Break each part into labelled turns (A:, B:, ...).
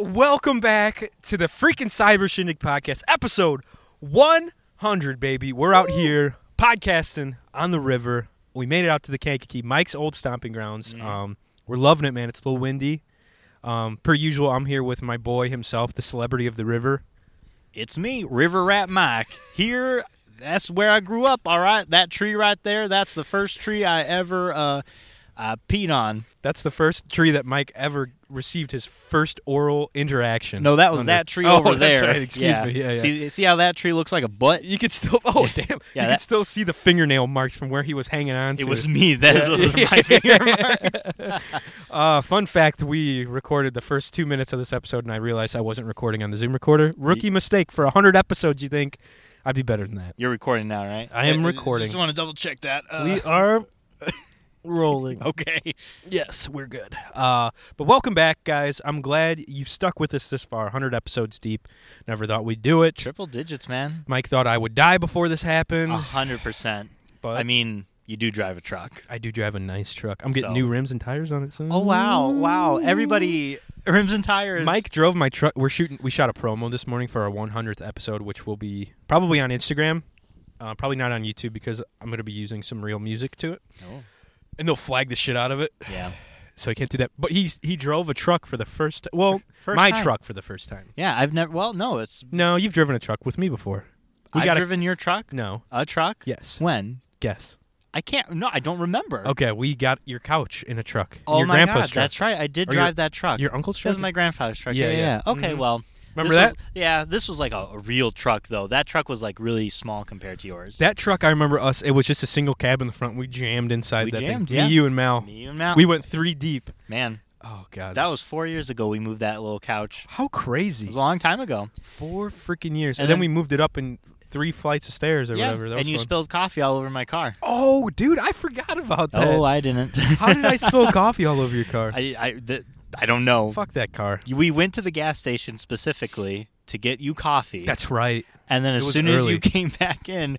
A: Welcome back to the freaking Cyber Shindig podcast, episode 100, baby. We're out here podcasting on the river. We made it out to the Kankakee, Mike's old stomping grounds.
B: Mm.
A: Um, we're loving it, man. It's a little windy. Um, per usual, I'm here with my boy himself, the celebrity of the river.
B: It's me, River Rat Mike. Here, that's where I grew up. All right, that tree right there, that's the first tree I ever uh, uh, peed on.
A: That's the first tree that Mike ever received his first oral interaction.
B: No, that was
A: under.
B: that tree
A: Oh,
B: over
A: that's
B: there.
A: right. Excuse me. Yeah, yeah.
B: See, see how that tree looks like a butt?
A: you could still oh damn you could
B: that-
A: still see the fingernail marks from where he was hanging on to.
B: It was me. That is my finger.
A: Uh, fun fact: We recorded the first two minutes of this episode, and I realized I wasn't recording on the Zoom recorder. Rookie mistake for hundred episodes. You think I'd be better than that?
B: You're recording now, right?
A: I am
B: Uh,
A: recording.
B: Just want to double check that. Uh,
A: We are rolling.
B: okay.
A: Yes, we're good. Uh, but welcome back, guys. I'm glad you've stuck with us this far. Hundred episodes deep. Never thought we'd do it.
B: Triple digits, man.
A: Mike thought I would die before this happened,
B: A hundred percent.
A: but
B: Ah, I mean, you do drive a truck.
A: I do drive a nice truck. I'm getting
B: So-
A: new rims and tires on it soon.
B: Oh wow, wow! Everybody, rims and tires.
A: Mike drove my truck. We're shooting. We shot a promo this morning for our 100th episode, which will be probably on Instagram, uh, probably not on YouTube because I'm going to be using some real music to it,
B: Oh.
A: and they'll flag the shit out of it,
B: Yeah.
A: so I can't do that. But he's he drove a truck for the first. Well,
B: First
A: my
B: time.
A: truck for the first time.
B: Yeah, I've never. Well, no, it's
A: No, you've driven a truck with me before. We
B: I've
A: got
B: driven your truck.
A: a, no.
B: A truck.
A: Yes.
B: When?
A: Guess.
B: I can't. No, I don't remember.
A: Okay, we got your couch in a truck.
B: Oh
A: your
B: my
A: grandpa's
B: god,
A: truck.
B: that's right. I did
A: Or your-
B: drive that truck.
A: Your uncle's
B: That
A: truck.
B: was my grandfather's truck.
A: Yeah,
B: Yeah, yeah.
A: yeah. Mm-hmm.
B: Okay, well,
A: Remember
B: this
A: that?
B: was- yeah, this was like a, a real truck though. That truck was like really small compared to yours.
A: that truck, I remember us. It was just a single cab in the front. We jammed inside
B: We
A: that
B: jammed,
A: thing.
B: yeah.
A: Me, you, and Mal.
B: Me and Mal.
A: We went three deep.
B: man,
A: Oh god,
B: that was four years ago. We moved that little couch.
A: how
B: It
A: crazy!
B: was a long time ago.
A: Four freaking years, and,
B: And
A: then,
B: then-
A: we moved it up in three flights of stairs or
B: yeah,
A: whatever. That
B: and
A: was
B: you
A: fun.
B: spilled coffee all over my car.
A: Oh, dude, I forgot about that.
B: Oh, I didn't.
A: how did I spill coffee all over your car?
B: I I th- I don't know.
A: Fuck that car.
B: We went to the gas station specifically to get you coffee.
A: That's right.
B: And then
A: It
B: as
A: was
B: soon as
A: early.
B: you came back in,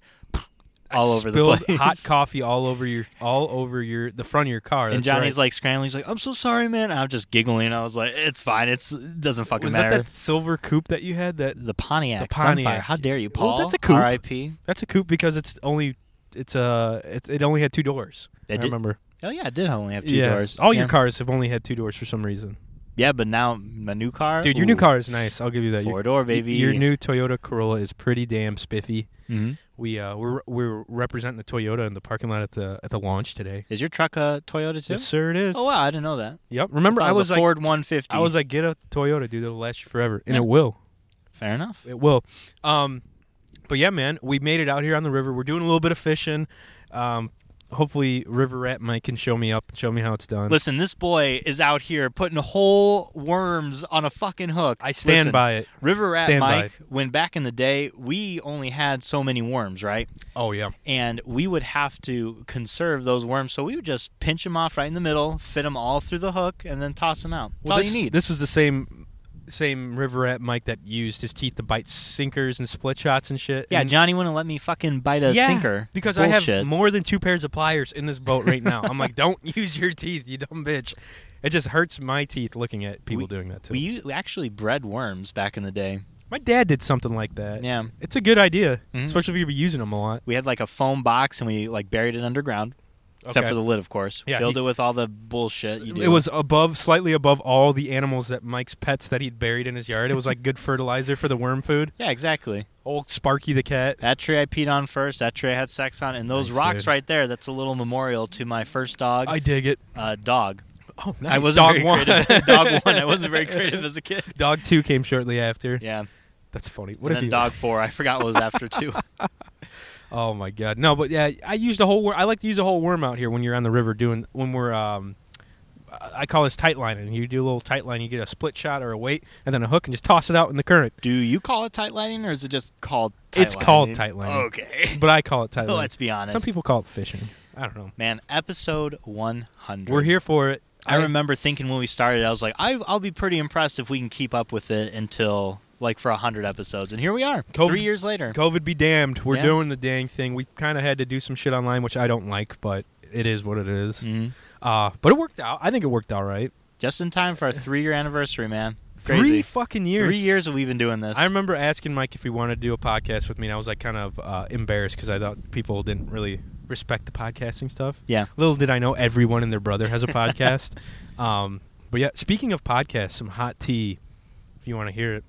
B: all
A: I
B: over the
A: spilled
B: place.
A: hot coffee all over your all over your the front of your car.
B: and
A: That's
B: Johnny's
A: right.
B: like scrambling. He's like, "I'm so sorry, man." And I'm just giggling. I was like, "It's fine. It's it doesn't fucking
A: was
B: matter."
A: that that silver coupe that you had? That
B: the Pontiac,
A: The Pontiac.
B: Sunfire. How dare you,
A: Well,
B: Paul?
A: that's a coupe.
B: R.I.P.
A: that's a coupe because it's only it's uh it, it only had two doors.
B: It
A: I
B: did-
A: remember.
B: Oh yeah, it did only have two
A: Yeah.
B: doors.
A: All
B: yeah.
A: your cars have only had two doors for some reason.
B: Yeah, but now my new car,
A: Dude, your new car is nice. I'll give you that. Your-
B: four door baby.
A: Your new Toyota Corolla is pretty damn spiffy.
B: Mhm.
A: We uh we're we're representing the Toyota in the parking lot at the at the launch today.
B: Is your truck a Toyota too?
A: Yes, sir, it is.
B: Oh wow, I didn't know that.
A: Yep. Remember,
B: thought
A: I
B: it
A: was
B: a
A: like,
B: Ford 150.
A: I was like, get a Toyota, dude. It'll last you forever, and
B: Yeah.
A: it will.
B: fair enough.
A: It will. Um, but yeah, man, we made it out here on the river. We're doing a little bit of fishing. Um, hopefully, River Rat Mike can show me up and show me how it's done.
B: Listen, this boy is out here putting whole worms on a fucking hook.
A: I stand
B: Listen,
A: by it.
B: River Rat
A: Stand by
B: Mike, when back in the day, we only had so many worms, right?
A: Oh yeah.
B: And we would have to conserve those worms, so we would just pinch them off right in the middle, fit them all through the hook, and then toss them out. That's all
A: this,
B: you need.
A: This was the same same river rat Mike that used his teeth to bite sinkers and split shots and shit.
B: yeah,
A: and,
B: Johnny wouldn't let me fucking bite a sinker.
A: Mhm. Because
B: It's
A: I have
B: bullshit.
A: more than two pairs of pliers in this boat right now. I'm like, don't use your teeth, you dumb bitch. It just hurts my teeth looking at people
B: We-
A: doing that too.
B: We, u- we actually bred worms back in the day.
A: my dad did something like that.
B: Yeah.
A: It's a good idea,
B: Mhm.
A: especially if you're using them a lot.
B: We had like a foam box and we like buried it underground, except
A: Okay.
B: for the lid, of course.
A: Yeah,
B: Filled
A: he-
B: it with all the bullshit you do.
A: It was above, slightly above all the animals that Mike's pets that he'd buried in his yard. It was like good fertilizer for the worm food.
B: Yeah, exactly.
A: Old Sparky the cat.
B: That tree I peed on first. That tree I had sex on, and those
A: Nice,
B: rocks
A: dude.
B: right there. That's a little memorial to my first dog.
A: I dig it.
B: uh, dog.
A: Oh, nice.
B: I wasn't
A: dog
B: very
A: one.
B: creative. dog one. I wasn't very creative as a kid.
A: Dog two came shortly after.
B: Yeah.
A: That's funny. What
B: What and
A: if
B: then
A: you?
B: dog four. I forgot what was after two.
A: Oh my god. No, but yeah, I used a whole. Wor- I like to use a whole worm out here when you're on the river doing when we're. um I I call this tight lining. You do a little tight line. You get a split shot or a weight, and then a hook, and just toss it out in the current.
B: Do you call it tight lining, or is it just called? Tight
A: It's called
B: lining?
A: tight lining.
B: Okay.
A: But I call it tight
B: So
A: line.
B: let's be Oh, honest.
A: Some people call it fishing. I don't know.
B: Man, episode one hundred.
A: We're here for it.
B: I remember thinking when we started, I was like, I, I'll be pretty impressed if we can keep up with it until like for hundred episodes, and here we are,
A: Covid-
B: three years later.
A: COVID be damned. We're
B: Yeah.
A: doing the dang thing. We kind of had to do some shit online, which I don't like, but it is what it is.
B: Mhm.
A: Uh, but it worked out. I think it worked out right.
B: Just in time for our three-year anniversary, man.
A: Three
B: Crazy.
A: fucking years.
B: Three years that we've been doing this.
A: I remember asking Mike if he wanted to do a podcast with me, and I was like kind of uh, embarrassed because I thought people didn't really respect the podcasting stuff.
B: Yeah.
A: Little did I know everyone and their brother has a podcast. Um, but yeah, speaking of podcasts, some hot tea, if you want to hear it,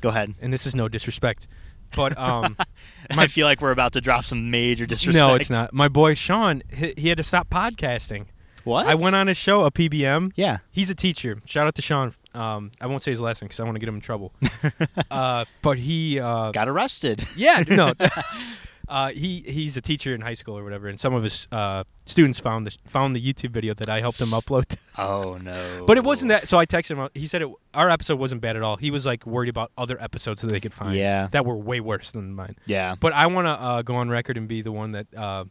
B: Go ahead.
A: and this is no disrespect, but um,
B: I feel like we're about to drop some major disrespect.
A: no, it's not. My boy Sean, he, he had to stop podcasting.
B: What?
A: I went on his show, a PBM.
B: Yeah.
A: He's a teacher. Shout out to Sean. Um, I won't say his last name because I want to get him in trouble. uh, but he uh,
B: Got arrested.
A: Yeah, no. Uh, he he's a teacher in high school or whatever, and some of his uh, students found the found the YouTube video that I helped him upload.
B: Oh no.
A: but it wasn't that. So I texted him. He said it, our episode wasn't bad at all. He was like worried about other episodes that they could find
B: Yeah.
A: that were way worse than mine.
B: Yeah.
A: But I want to uh, go on record and be the one that uh,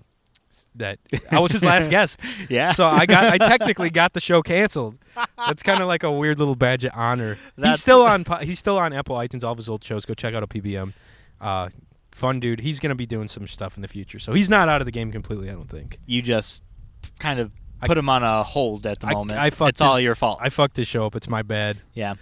A: s- that I was his last guest.
B: Yeah.
A: So I got I technically got the show canceled. That's kind of like a weird little badge of honor. he's
B: That's-
A: still on po- he's still on Apple iTunes all of his old shows. Go check out a PBM. Uh, fun dude. He's going to be doing some stuff in the future. So he's not out of the game completely, I don't think.
B: you just kind of
A: I-
B: put him on a hold at the
A: I-
B: moment.
A: I fucked
B: it's all
A: his-
B: your fault.
A: I fucked his show up. It's my bad.
B: yeah.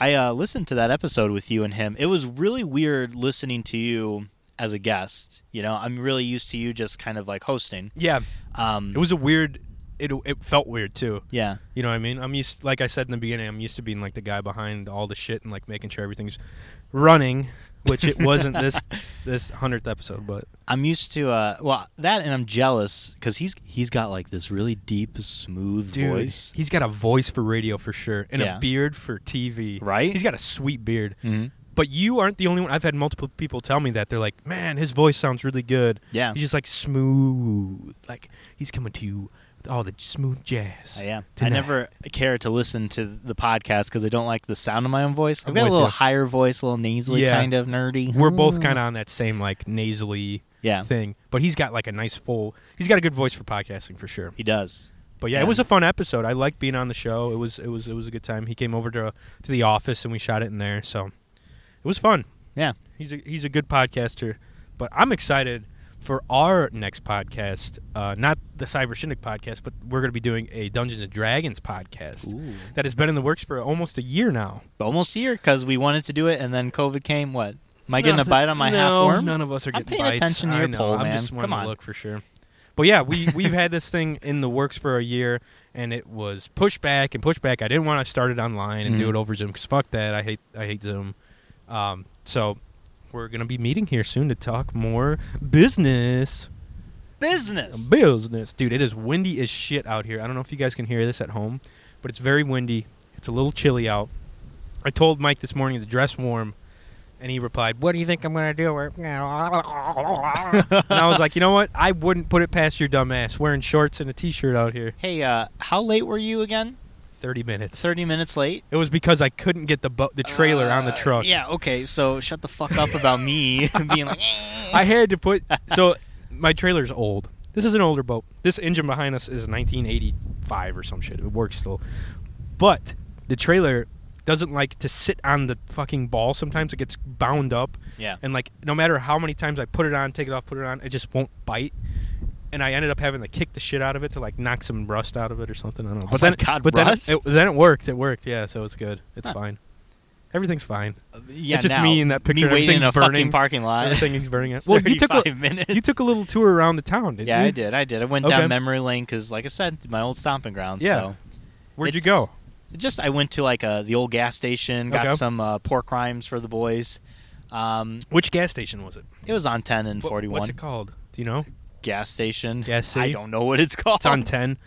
B: I uh, listened to that episode with you and him. It was really weird listening to you as a guest. You know, I'm really used to you just kind of like hosting.
A: Yeah.
B: Um,
A: It was a weird it it felt weird too.
B: yeah.
A: You know what I mean? I'm used like I said in the beginning, I'm used to being like the guy behind all the shit and like making sure everything's running, which it wasn't this this 100th episode, but
B: I'm used to uh, well that, and I'm jealous because he's he's got like this really deep, smooth
A: Dude,
B: voice.
A: he's got a voice for radio for sure, and
B: Yeah.
A: a beard for TV.
B: Right?
A: He's got a sweet beard.
B: Mhm.
A: But you aren't the only one. I've had multiple people tell me that they're like, "Man, his voice sounds really good.
B: Yeah.
A: he's just like smooth. Like he's coming to you with all the smooth jazz."
B: I am. Uh, I
A: tonight."
B: never care to listen to the podcast because I don't like the sound of my own voice. I've
A: I'm
B: got a
A: with
B: little
A: ya.
B: higher voice, a little nasally,
A: Yeah.
B: kind of nerdy.
A: We're both kind of on that same like nasally
B: Oh. yeah.
A: thing, but he's got like a nice full. He's got a good voice for podcasting for sure.
B: He does.
A: But yeah, it
B: Yeah.
A: was a fun episode. I liked being on the show. It was it was it was a good time. He came over to to the office and we shot it in there, so it was fun.
B: Yeah.
A: He's a, he's a good podcaster, but I'm excited for our next podcast. Uh, not the Cyber Shindig podcast, but we're going to be doing a Dungeons and Dragons podcast
B: Ooh.
A: that has been in the works for almost a year now.
B: Almost a year because we wanted to do it and then COVID came. What? Am I getting a bite on my
A: no,
B: half worm?
A: None of us are
B: I'm
A: getting
B: paying
A: bites.
B: attention to
A: I
B: your
A: know.
B: poll,
A: I'm
B: man.
A: just wanting
B: Come
A: to
B: on.
A: look for sure. But yeah, we we've had this thing in the works for a year, and it was pushed back and pushed back. I didn't want to start it online and do
B: Mhm.
A: it over Zoom because fuck that. I hate I hate Zoom. Um, so we're gonna be meeting here soon to talk more business.
B: Business.
A: Business, dude. It is windy as shit out here. I don't know if you guys can hear this at home, but it's very windy. It's a little chilly out. I told Mike this morning to dress warm, and he replied, "What do you think I'm gonna do?" and I was like, "You know what? I wouldn't put it past your dumb ass wearing shorts and a t-shirt out here.
B: Hey, uh, how late were you again?
A: Thirty minutes.
B: Thirty minutes late.
A: It was because I couldn't get the bo- the trailer on the
B: Uh,
A: truck.
B: Yeah. Okay. So shut the fuck up about me being like. "Eh."
A: I had to put so my trailer's old. This is an older boat. This engine behind us is a 1985 or some shit. It works still. But the trailer doesn't like to sit on the fucking ball sometimes it gets bound up.
B: Yeah.
A: And like no matter how many times I put it on, take it off, put it on, it just won't bite. And I ended up having to kick the shit out of it to like knock some rust out of it or something. I don't know. But
B: Oh my
A: then,
B: God,
A: but
B: rust?
A: then it, it, then it worked. It worked. Yeah, so it's good. It's
B: Huh.
A: fine. Everything's fine.
B: yeah.
A: it's just
B: now,
A: me in that picture,
B: Me waiting in a
A: everything's burning.
B: fucking parking lot.
A: Everything's burning up. Well, you took a,
B: 35 minutes.
A: you took a little tour around the town, didn't
B: Yeah,
A: you?
B: I did. I did. I went
A: Okay.
B: down memory lane because, like I said, my old stomping grounds.
A: Yeah.
B: So
A: Where'd you
B: It's-
A: go?
B: it just I went to like uh, the old gas station, got
A: Okay.
B: some uh, pork rinds for the boys. Um,
A: Which gas station was it?
B: it was on ten and
A: What-
B: forty one
A: What's it called? Do you know?
B: gas station.
A: Gas
B: I
A: city?
B: don't know what it's called.
A: It's on ten.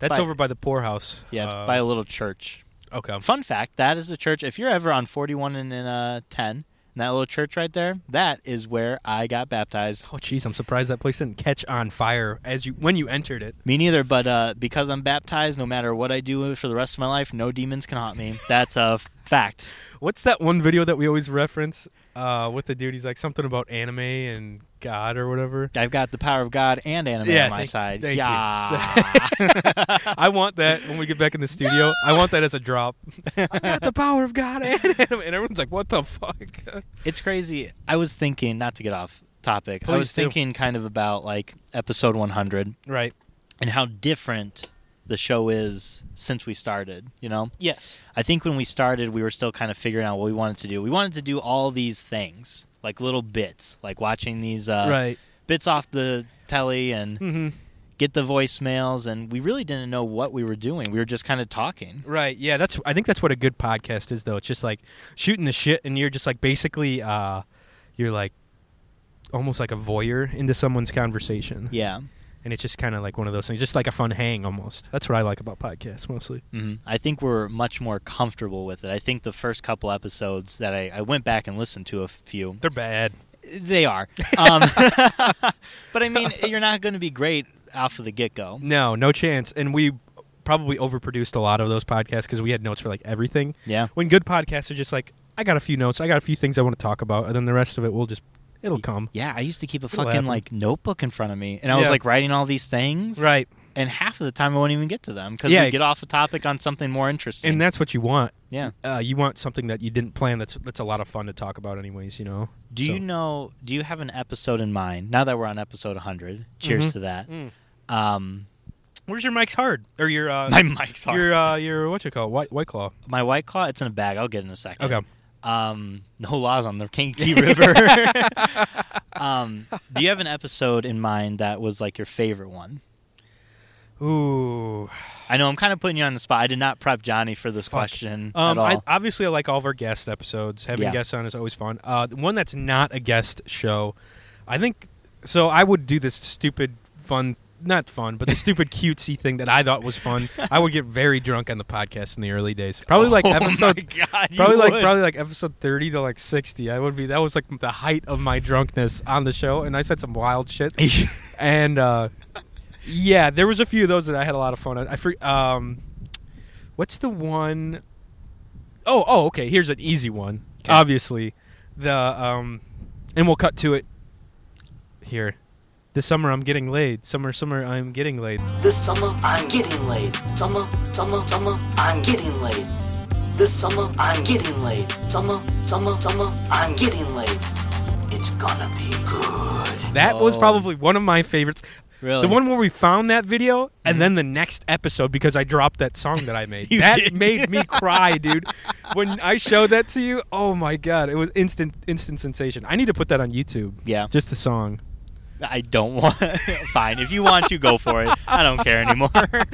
A: That's
B: by-
A: over by the poorhouse.
B: yeah, it's
A: Uh,
B: by a little church.
A: okay.
B: Fun fact: that is the church. If you're ever on forty one and in uh, ten, and that little church right there, that is where I got baptized.
A: Oh, jeez, I'm surprised that place didn't catch on fire as you when you entered it.
B: Me neither, but uh, because I'm baptized, no matter what I do for the rest of my life, no demons can haunt me. That's a f- fact.
A: What's that one video that we always reference uh, with the dude? He's like something about anime and God or whatever.
B: I've got the power of God and anime
A: Yeah,
B: on my
A: thank-
B: side.
A: thank you.
B: yeah.
A: I want that when we get back in the studio. I want that as a drop. I got the power of God and anime, and everyone's like, "What the fuck?"
B: it's crazy. I was thinking, not to get off topic, I
A: Please
B: was
A: do.
B: thinking kind of about like episode 100
A: right.
B: and how different the show is since we started. You know,
A: Yes.
B: I think when we started, we were still kind of figuring out what we wanted to do. We wanted to do all these things, like little bits, like watching these uh,
A: right.
B: bits off the telly and
A: hmm
B: get the voicemails. And we really didn't know what we were doing. We were just kind of talking.
A: Right. Yeah. That's. I think that's what a good podcast is, though. It's just like shooting the shit, and you're just like basically, uh, you're like almost like a voyeur into someone's conversation,
B: Yeah.
A: and it's just kind of like one of those things, just like a fun hang almost. That's what I like about podcasts mostly.
B: hmm I think we're much more comfortable with it. I think the first couple episodes that I, I went back and listened to a few,
A: They're bad.
B: they are. Um, but I mean, you're not going to be great off of the get go.
A: No, no chance. And we probably overproduced a lot of those podcasts because we had notes for like everything.
B: Yeah.
A: When good podcasts are just like, I got a few notes, I got a few things I want to talk about, and then the rest of it will just, it'll come.
B: Yeah, I used to keep a
A: It'll
B: fucking
A: happen.
B: like notebook in front of me, and I was
A: Yeah.
B: like writing all these things.
A: Right.
B: And half of the time, I won't even get to them because
A: Yeah.
B: we get off a topic on something more interesting.
A: And that's what you want.
B: yeah.
A: uh, you want something that you didn't plan. That's that's a lot of fun to talk about, anyways. You know.
B: Do
A: So-
B: you know? Do you have an episode in mind now that we're on episode 100? Cheers to that.
A: Mm.
B: Um,
A: Where's your mic's hard or your uh,
B: my mic's hard.
A: your uh, your what you call it? white white claw?
B: my white claw. It's in a bag. I'll get it in a second.
A: Okay.
B: Um, no laws on the Kankakee River. um, do you have an episode in mind that was like your favorite one?
A: Ooh.
B: I know I'm kind of putting you on the spot. I did not prep Johnny for this
A: Fuck.
B: question at
A: Um,
B: all.
A: I, obviously, I like all of our guest episodes. Having
B: Yeah.
A: guests on is always fun. Uh, the one that's not a guest show, I think. So I would do this stupid fun. Not fun, but the stupid cutesy thing that I thought was fun. I would get very drunk on the podcast in the early days. Probably like
B: Oh my
A: episode
B: God, you
A: probably like
B: would.
A: probably like episode 30 to like 60 i would be that was like the height of my drunkenness on the show and i said some wild shit and uh yeah there was a few of those that i had a lot of fun on i fre- um what's the one oh oh okay here's an easy one
B: Okay.
A: obviously the um and we'll cut to it here this summer i'm getting laid summer summer i'm getting laid
C: This summer I'm getting laid. Summer, summer, summer, I'm getting laid. This summer I'm getting laid. Summer, summer, summer, I'm getting laid. It's gonna be good.
A: That was
B: Oh.
A: probably one of my favorites.
B: Really? Mm-hmm.
A: The one where we found that video and then the next episode because I dropped that song that I made.
B: You
A: that
B: did.
A: made me cry, dude. When I showed that to you, oh my god, it was instant instant sensation. I need to put that on YouTube.
B: Yeah.
A: Just the song.
B: I don't want. Fine, if you want to, go for it. I don't care anymore.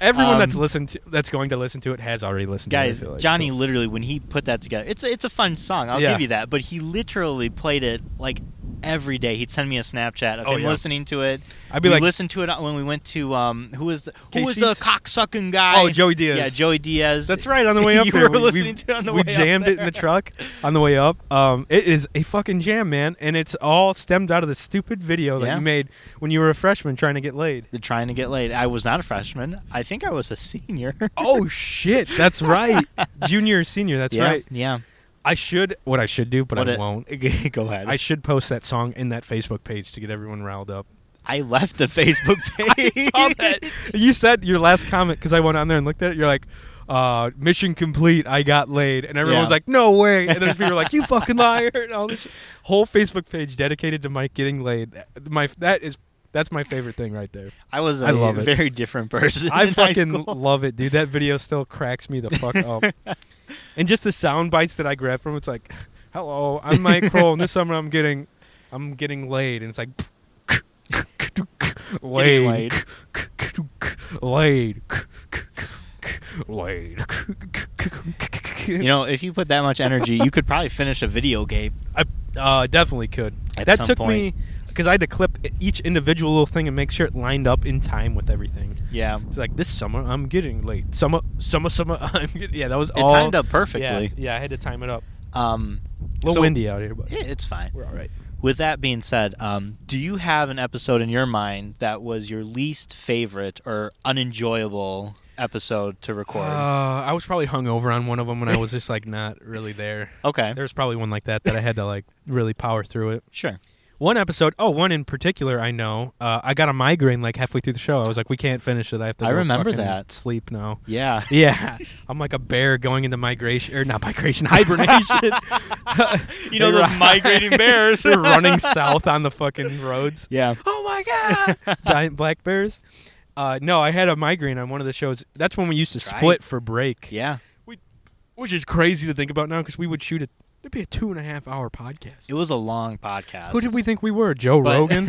A: Everyone
B: Um,
A: that's listened to, that's going to listen to it has already listened
B: Guys,
A: to it. I feel like,
B: Johnny
A: so-
B: literally when he put that together, it's it's a fun song. I'll
A: Yeah.
B: give you that. But he literally played it like every day. He'd send me a Snapchat of
A: Oh,
B: him
A: yeah.
B: listening to it.
A: I'd be
B: we
A: like-
B: listened to it uh, when we went to um who was the, who was the
A: Casey's?
B: cocksucking guy?
A: Oh, Joey Diaz.
B: Yeah, Joey Diaz.
A: That's right. On the way up
B: you
A: there,
B: were
A: we, we-
B: listening to it on the
A: we
B: way up
A: jammed it in
B: there.
A: the truck on the way up. Um, it is a fucking jam, man, and it's all stemmed out of the stupid video that
B: Yeah.
A: you made when you were a freshman trying to get laid.
B: Been Trying to get laid. I was not a freshman. I think I was a senior.
A: Oh shit, that's right. Junior or senior, that's
B: yeah,
A: right.
B: Yeah.
A: I should what I should do, but
B: What
A: I
B: a-
A: won't.
B: Go ahead.
A: I should post that song in that Facebook page to get everyone riled up.
B: I left the Facebook page.
A: On that, you said your last comment because I went on there and looked at it. You're like, uh, "Mission complete. I got laid," and everyone's
B: Yeah.
A: like, "No way!" And there's people like, "You fucking liar!" And all this shit. whole Facebook page dedicated to Mike getting laid. That- My that is that's my favorite thing right there.
B: I was a
A: I love it.
B: very different person.
A: I
B: in high
A: fucking
B: school.
A: love it, dude. That video still cracks me the fuck up. and just the sound bites that I grab from it's like, "Hello, I'm Mike Kroll, and this summer I'm getting, I'm getting laid," and it's like, laid, laid, laid.
B: You know, if you put that much energy, you could probably finish a video game.
A: I uh, definitely could.
B: At
A: that
B: some
A: took me because I had to clip each individual little thing and make sure it lined up in time with everything.
B: Yeah.
A: It's like this summer I'm getting late. Summer, summer, summer. I'm getting, yeah. That was
B: It
A: all
B: timed up perfectly.
A: Yeah, yeah, I had to time it up.
B: Um,
A: A little
B: so-
A: windy out here, but
B: Yeah, it's fine.
A: we're all right.
B: With that being said, um, do you have an episode in your mind that was your least favorite or unenjoyable episode to record?
A: Uh, I was probably hung over on one of them, and I was just like not really there.
B: okay,
A: There was probably one like that that I had to like really power through it.
B: sure.
A: One episode, oh, one in particular, I know. Uh, I got a migraine like halfway through the show. I was like, we can't finish it. I have to.
B: I
A: go
B: remember
A: fucking
B: that.
A: sleep now.
B: Yeah.
A: Yeah, I'm like a bear going into migration or not migration hibernation.
B: You know
A: They
B: those
A: ri-
B: migrating bears.
A: They're running south on the fucking roads.
B: yeah.
A: Oh my god! Giant black bears. Uh, no, I had a migraine on one of the shows. That's when we used to
B: That's right.
A: split for break.
B: Yeah.
A: We, which is crazy to think about now because we would shoot it. It'd be a two and a half hour podcast.
B: It was a long podcast.
A: Who did we think we were? Joe
B: But-
A: Rogan.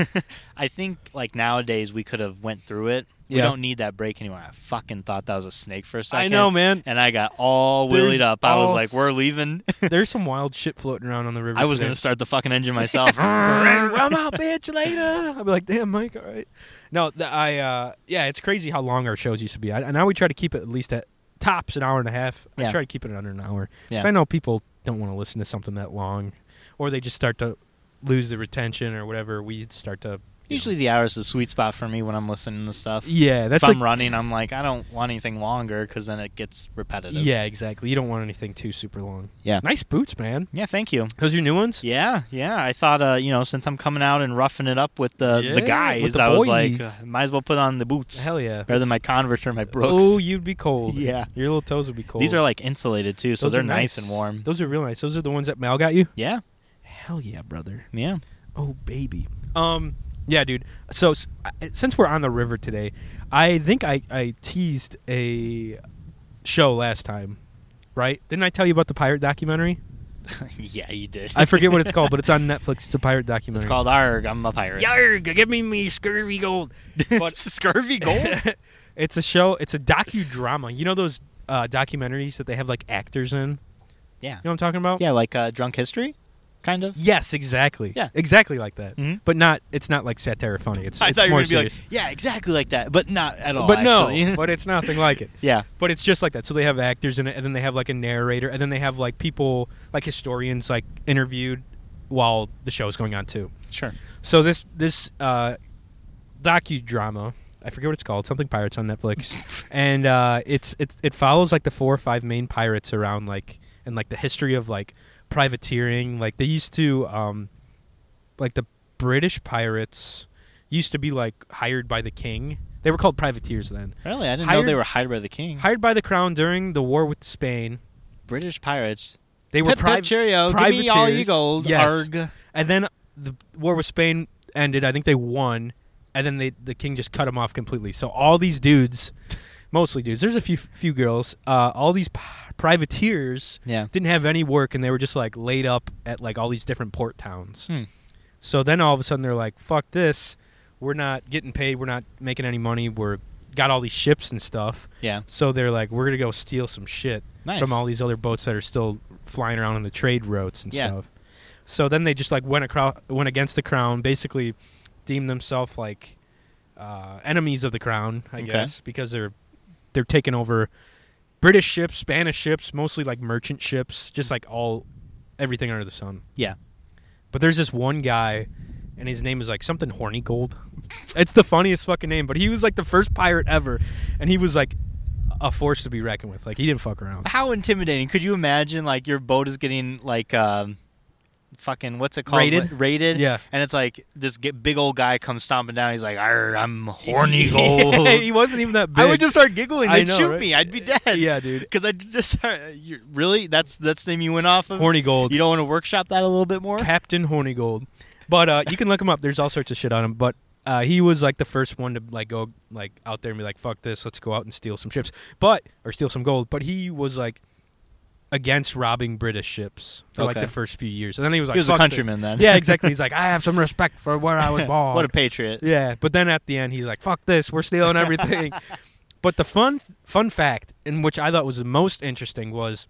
B: I think like nowadays we could have went through it. We
A: Yeah.
B: don't need that break anymore. I fucking thought that was a snake for a second.
A: I know, man.
B: And I got all willied
A: There's
B: up. I was
A: all
B: like, we're leaving.
A: There's some wild shit floating around on the river.
B: I was
A: today.
B: gonna start the fucking engine myself.
A: I'm out, bitch. Later. I'd be like, damn, Mike. All right. No, the, I. Uh, yeah, it's crazy how long our shows used to be. I, now we try to keep it at least at tops an hour and a half. I
B: Yeah.
A: try to keep it under an hour 'Cause
B: Yeah.
A: I know people don't want to listen to something that long, or they just start to lose the retention or whatever. We start to you
B: Usually the hour is the sweet spot for me when I'm listening to stuff.
A: know. yeah, that's
B: if I'm
A: like
B: running, I'm like, I don't want anything longer because then it gets repetitive.
A: yeah, exactly. You don't want anything too super long.
B: Yeah.
A: nice boots, man.
B: Yeah. Thank you.
A: Those your new ones?
B: Yeah, yeah. I thought, uh, you know, since I'm coming out and roughing it up with the
A: Yeah,
B: the
A: with
B: guys,
A: the
B: I was like,
A: boys.
B: uh, might as well put on the boots.
A: Hell yeah.
B: Better than my Converse or my Brooks.
A: Oh, you'd be cold.
B: Yeah.
A: your little toes would be cold.
B: These are like insulated too, so
A: Those
B: they're
A: are
B: nice. and warm.
A: Those are real nice. Those are the ones that Mal got you.
B: Yeah,
A: Hell yeah, brother.
B: yeah.
A: Oh baby. Um yeah, dude. So s- I- since we're on the river today, I think I I teased a show last time, right? Didn't I tell you about the pirate documentary?
B: yeah, you did.
A: I forget what it's called, but it's on Netflix. It's a pirate documentary.
B: It's called Arg. I'm a pirate.
A: Yarg, give me me scurvy gold. But
B: Scurvy gold.
A: it's a show, it's a docudrama. You know those uh, documentaries that they have like actors in? You know
B: yeah,
A: what I'm talking about?
B: yeah. Like uh, drunk history, kind of.
A: Yes, exactly.
B: Yeah.
A: Exactly like that.
B: Mhm.
A: But not it's not like satire funny. It's, it's more serious.
B: like, yeah, exactly like that, but not at all.
A: but no,
B: actually.
A: but it's nothing like it.
B: yeah,
A: But it's just like that. So they have actors in it, and then they have like a narrator, and then they have like people, like historians, like interviewed while the show's going on too.
B: sure.
A: So this this uh, docudrama, I forget what it's called, something pirates on Netflix, and uh, it's it's it follows like the four or five main pirates around like and like the history of like privateering. Like they used to, um, like the British pirates used to be like hired by the king. They were called privateers then.
B: Really, I didn't
A: Hired-
B: know they were hired by the king.
A: Hired by the crown during the war with Spain,
B: British pirates.
A: they were
B: Pip, pip,
A: private.
B: cheerio. Give me all you
A: privateers.
B: gold.
A: Yes.
B: Arg.
A: And then the war with Spain ended. I think they won, and then they, the king just cut them off completely. So all these dudes, mostly dudes, there's a few few girls. Uh, all these p- privateers
B: Yeah.
A: didn't have any work, and they were just like laid up at like all these different port towns.
B: Hmm.
A: So then all of a sudden they're like, "Fuck this! We're not getting paid. We're not making any money. We're got all these ships and stuff."
B: Yeah.
A: So they're like, "We're gonna go steal some shit."
B: Nice.
A: from all these other boats that are still flying around on the trade routes and
B: Yeah.
A: stuff. So then they just like went across, went against the crown, basically deemed themselves like uh, enemies of the crown, I
B: Okay.
A: guess, because they're they're taking over British ships, Spanish ships, mostly like merchant ships, just like all everything under the sun.
B: Yeah.
A: But there's this one guy, and his name is like something Horny Gold. It's the funniest fucking name, but he was like the first pirate ever, and he was like a force to be reckoned with. Like he didn't fuck around.
B: How intimidating! Could you imagine? Like your boat is getting like um, fucking what's it called?
A: Raided?
B: What- raided.
A: Yeah.
B: And it's like this g- big old guy comes stomping down. He's like, "Arr, I'm horny gold.
A: he wasn't even that big.
B: I would just start giggling.
A: I
B: They'd
A: know,
B: shoot
A: right?
B: me. I'd be dead.
A: Yeah, dude.
B: Because I just you really that's that's the name you went off of.
A: Horny Gold.
B: You don't want to workshop that a little bit more?
A: Captain Horny Gold. But uh, you can look him up. There's all sorts of shit on him. But uh, he was like the first one to like go like out there and be like, "Fuck this, let's go out and steal some ships." But or steal some gold. But he was like against robbing British ships for like
B: Okay.
A: the first few years, and then he was like,
B: he was a
A: "Fuck this."
B: countryman then.
A: Yeah, exactly. He's like, "I have some respect for where I was born."
B: what a patriot.
A: Yeah, but then at the end he's like, "Fuck this, we're stealing everything." but the fun fun fact, and which I thought was the most interesting, was,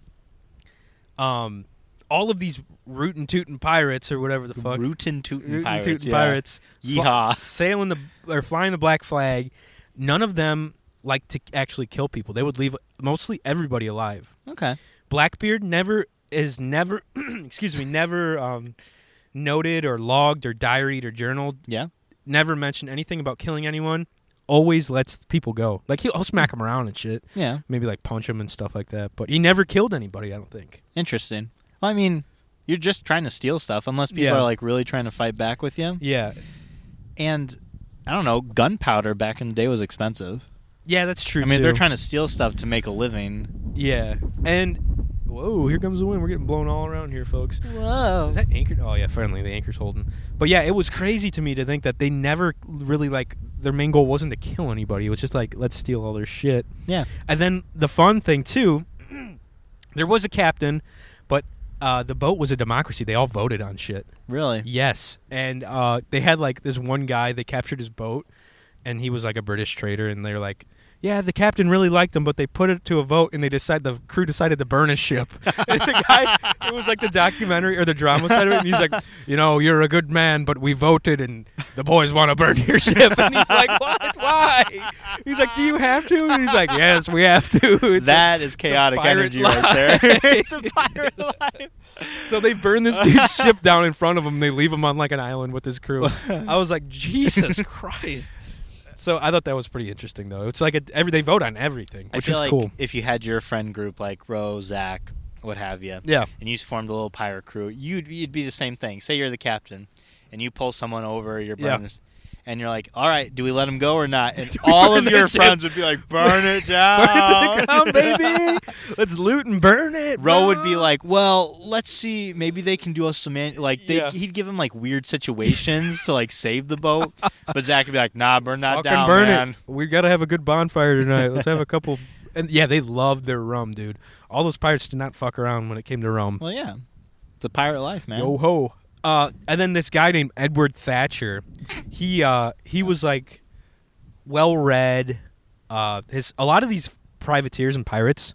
A: um, all of these rootin' tootin' pirates or whatever the fuck,
B: Rootin' tootin'
A: rootin'
B: pirates.
A: tootin'
B: yeah.
A: pirates, fu-
B: Yeehaw.
A: sailing the or flying the black flag. None of them like to actually kill people. They would leave mostly everybody alive.
B: Okay.
A: Blackbeard never is never, excuse me, never um, noted or logged or diaried or journaled
B: Yeah.
A: never mentioned anything about killing anyone. Always lets people go. Like he'll, he'll smack them around and shit.
B: Mm. Yeah.
A: Maybe like punch him and stuff like that. But he never killed anybody. I don't think.
B: Interesting. Well, I mean, you're just trying to steal stuff unless people
A: Yeah.
B: are like really trying to fight back with you.
A: Yeah,
B: And I don't know, gunpowder back in the day was expensive.
A: yeah, that's true.
B: I mean, if
A: too.
B: they're trying to steal stuff to make a living.
A: Yeah, and whoa, here comes the wind. We're getting blown all around here, folks.
B: Whoa.
A: Is that anchored? Oh yeah, finally the anchor's holding. But yeah, it was crazy to me to think that they never really like their main goal wasn't to kill anybody. It was just like let's steal all their shit.
B: yeah.
A: And then the fun thing too, there was a captain, but uh, the boat was a democracy. They all voted on shit.
B: Really?
A: Yes, and uh, they had like this one guy. They captured his boat, and he was like a British trader. And they're like, "Yeah, the captain really liked him, but they put it to a vote, and they decide the crew decided to burn his ship." and the guy, it was like the documentary or the drama side of it. And he's like, "You know, you're a good man, but we voted, and the boys want to burn your ship." And he's like, "What? Why?" He's like, "Do you have to?" And he's like, "Yes, we have to." It's
B: That is chaotic
A: pirate
B: energy
A: line.
B: right there. it's a pirate life.
A: So they burn this dude's ship down in front of him. They leave him on like an island with his crew. I was like, Jesus Christ. So I thought that was pretty interesting, though. It's like a, every they vote on everything,
B: I
A: which
B: feel
A: is
B: like
A: cool.
B: if you had your friend group like Rose, Zach, what have you,
A: Yeah.
B: and you just formed a little pirate crew, you'd you'd be the same thing. Say you're the captain, and you pull someone over, you're
A: Yeah.
B: burning, this- and you're like, "All right, do we let him go or not?" And all of
A: burn
B: your
A: that ship?
B: friends would be like, "Burn it down,
A: Burn it to the ground, baby. Um, Let's loot and burn it.
B: Roe would
A: bro.
B: be like, "Well, let's see. Maybe they can do us some man- like they,
A: Yeah.
B: he'd give him like weird situations to like save the boat." But Zach would be like, "Nah, burn that
A: Fucking
B: down,
A: burn
B: man."
A: it. We gotta have a good bonfire tonight. Let's have a couple. And yeah, they loved their rum, dude. All those pirates did not fuck around when it came to rum.
B: Well, yeah, it's a pirate life, man.
A: Yo ho. Uh, and then this guy named Edward Thatcher, he uh, he was like well read. Uh, his a lot of these privateers and pirates,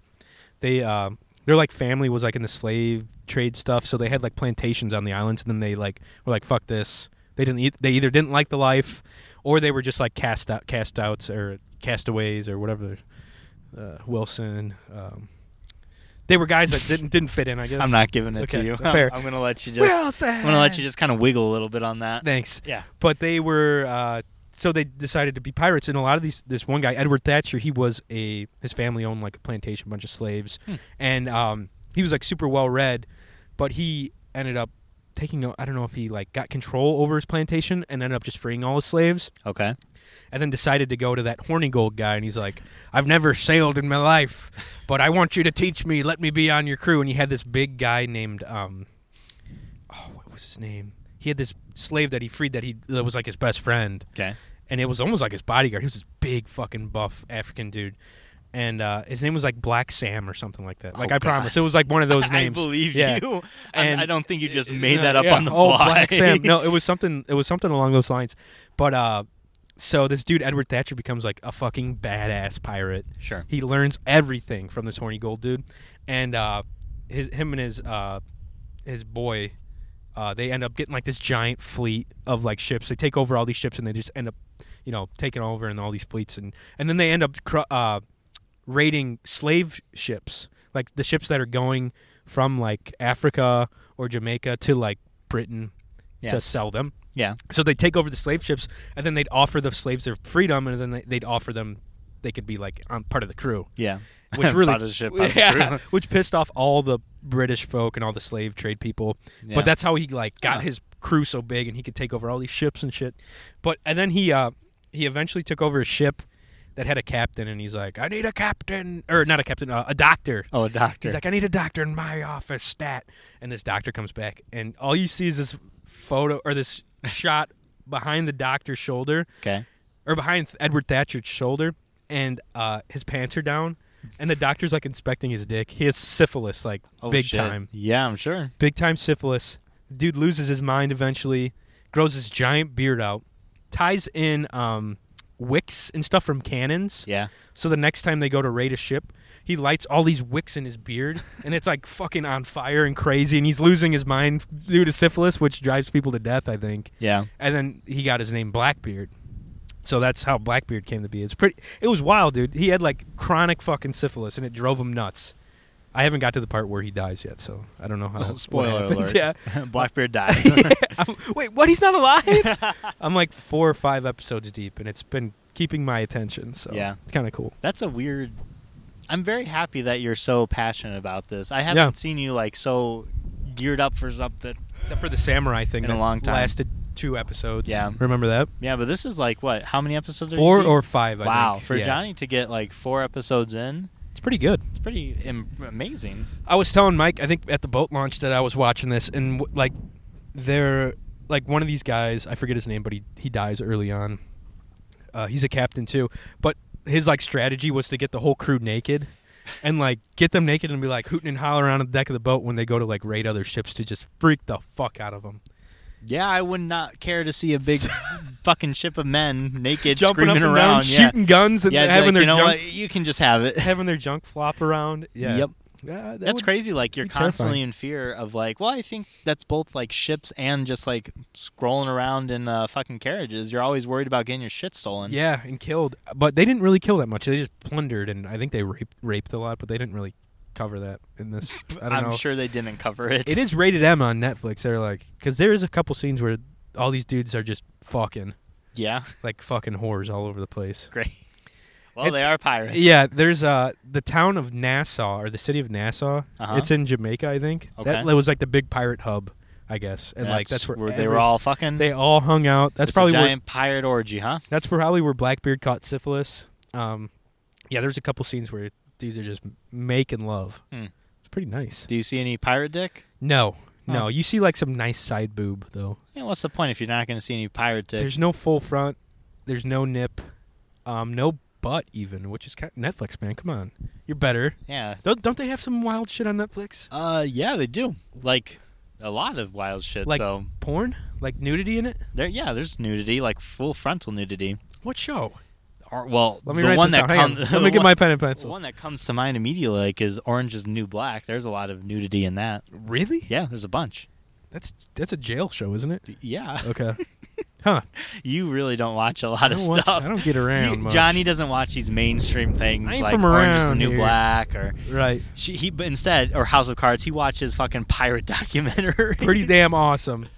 A: they uh, their like family was like in the slave trade stuff, so they had like plantations on the islands, and then they like were like fuck this. They didn't. eith- They either didn't like the life, or they were just like cast out, cast outs, or castaways, or whatever. Uh, Wilson. Um, they were guys that didn't didn't fit in. I guess
B: I'm not giving it to
A: Okay,
B: you.
A: fair.
B: I'm gonna let you just. I'm gonna let you just kind of wiggle a little bit on that.
A: Thanks.
B: Yeah.
A: But they were uh, so they decided to be pirates, and a lot of these. This one guy, Edward Thatcher, he was a his family owned like a plantation, bunch of slaves, and um, he was like super well read, but he ended up taking. I I don't know if he like got control over his plantation and ended up just freeing all his slaves
B: Okay.
A: and then decided to go to that horny gold guy and he's like i've never sailed in my life but i want you to teach me let me be on your crew and he had this big guy named um oh what was his name he had this slave that he freed that he that was like his best friend
B: Okay.
A: and it was almost like his bodyguard he was this big fucking buff african dude and uh, his name was like Black Sam or something like that. Like I promise, it was like one of those names.
B: I believe
A: Yeah.
B: you.
A: And-
B: And I don't think you just made
A: No,
B: that up
A: yeah.
B: on the
A: oh,
B: fly.
A: Black Sam. No, it was something. It was something along those lines. But uh, so this dude Edward Thatcher becomes like a fucking badass pirate.
B: Sure.
A: He learns everything from this horny gold dude, and uh, his him and his uh, his boy, uh, they end up getting like this giant fleet of like ships. They take over all these ships, and they just end up, you know, taking over and all these fleets, and and then they end up cru- uh, raiding slave ships, like the ships that are going from like Africa or Jamaica to like Britain
B: Yeah.
A: to sell them.
B: Yeah.
A: So they take over the slave ships, and then they'd offer the slaves their freedom, and then they- they'd offer them they could be like on part of the crew,
B: Yeah.
A: which really
B: Part of the ship, part of the
A: yeah,
B: crew.
A: which pissed off all the British folk and all the slave trade people.
B: Yeah.
A: But that's how he like got
B: Yeah.
A: his crew so big, and he could take over all these ships and shit. But and then he uh he eventually took over a ship that had a captain, and he's like, I need a captain or not a captain, uh, a doctor.
B: Oh, a doctor.
A: He's like, I need a doctor in my office, stat. And this doctor comes back, and all you see is this photo or this shot behind the doctor's shoulder
B: okay.
A: or behind Edward Thatcher's shoulder, and uh, his pants are down, and the doctor's like inspecting his dick. He has syphilis, like
B: Oh,
A: big
B: shit.
A: time,
B: Yeah, I'm sure.
A: big time syphilis. Dude loses his mind eventually, grows his giant beard out, ties in um, wicks and stuff from cannons.
B: Yeah.
A: So the next time they go to raid a ship, he lights all these wicks in his beard, and it's like fucking on fire and crazy, and he's losing his mind due to syphilis, which drives people to death, I think.
B: Yeah.
A: And then he got his name Blackbeard. So that's how Blackbeard came to be. It's pretty. It was wild, dude. He had like chronic fucking syphilis, and it drove him nuts. I haven't got to the part where he dies yet, so I don't know how. what
B: Oh, Spoiler
A: happens.
B: alert.
A: Yeah.
B: Blackbeard dies.
A: I'm- wait, what? He's not alive. I'm like four or five episodes deep, and it's been keeping my attention. So
B: Yeah.
A: it's kind of cool.
B: That's a weird. I'm very happy that you're so passionate about this. I haven't
A: Yeah.
B: seen you like so geared up for something.
A: Except for the samurai thing
B: In a
A: that
B: long time.
A: lasted two episodes.
B: Yeah.
A: remember that?
B: Yeah, but this is like what? How many episodes? are you
A: Four
B: deep?
A: or five. I
B: Wow,
A: think.
B: for
A: Yeah.
B: Johnny to get like four episodes in
A: It's pretty good.
B: It's pretty Im- amazing.
A: I was telling Mike, I think at the boat launch that I was watching this, and w- like, they're like one of these guys. I forget his name, but he he dies early on. Uh, he's a captain too, but his like strategy was to get the whole crew naked, and like get them naked and be like hooting and hollering on the deck of the boat when they go to like raid other ships to just freak the fuck out of them.
B: Yeah, I would not care to see a big fucking ship of men naked
A: Jumping
B: screaming
A: up and
B: around,
A: down,
B: yeah.
A: shooting guns, and
B: yeah,
A: having
B: like,
A: their
B: you know
A: junk,
B: what? You can just have it.
A: having their junk flop around. Yeah.
B: Yep.
A: Yeah, that
B: That's
A: would-
B: crazy. Like you're
A: be terrifying.
B: constantly in fear of like. Well, I think that's both like ships and just like scrolling around in uh, fucking carriages. You're always worried about getting your shit stolen.
A: Yeah, and killed. But they didn't really kill that much. They just plundered, and I think they raped, raped a lot, but they didn't really cover that in this. I don't
B: I'm
A: know.
B: sure they didn't cover it.
A: It is rated M on Netflix. They're like, because there is a couple scenes where all these dudes are just fucking,
B: Yeah,
A: like fucking whores all over the place.
B: great. Well,
A: It's-
B: they are pirates.
A: Yeah, there's uh the town of Nassau or the city of Nassau.
B: Uh-huh.
A: It's in Jamaica, I think.
B: Okay.
A: That was like the big pirate hub, I guess, and like that's where,
B: they
A: every-
B: were all fucking.
A: they all hung out. That's
B: it's
A: probably
B: a
A: where
B: giant pirate orgy, huh?
A: That's probably where Blackbeard caught syphilis. Um, yeah, there's a couple scenes where dudes are just making love.
B: Hmm.
A: It's pretty nice.
B: Do you see any pirate dick?
A: No, no,
B: Oh.
A: you see like some nice side boob though.
B: Yeah, what's the point if you're not going to see any pirate dick?
A: There's no full front. There's no nip. Um, no butt even, which is kind Netflix man. Come on, you're better.
B: yeah.
A: Don't, don't they have some wild shit on Netflix?
B: Uh, yeah, they do. Like a lot of wild shit.
A: Like
B: so
A: porn, like nudity in it.
B: there, yeah, there's nudity, like full frontal nudity.
A: What show?
B: Or well,
A: Let me
B: the
A: write
B: one
A: this
B: that
A: down. Hang
B: comes.
A: on. Let me get my pen and
B: The
A: pencil.
B: one that comes to mind immediately, like, is Orange is the New Black. There's a lot of nudity in that.
A: Really?
B: Yeah, there's a bunch.
A: That's that's a jail show, isn't it?
B: Yeah,
A: Okay. huh.
B: you really don't watch a lot
A: I
B: of
A: don't watch-
B: stuff.
A: I don't get around
B: You-
A: much.
B: Johnny doesn't watch these mainstream things
A: I ain't
B: like
A: from
B: Orange is the
A: around
B: New
A: here.
B: Black or
A: Right.
B: she, he. But instead, or House of Cards, he watches fucking pirate documentary.
A: pretty damn awesome.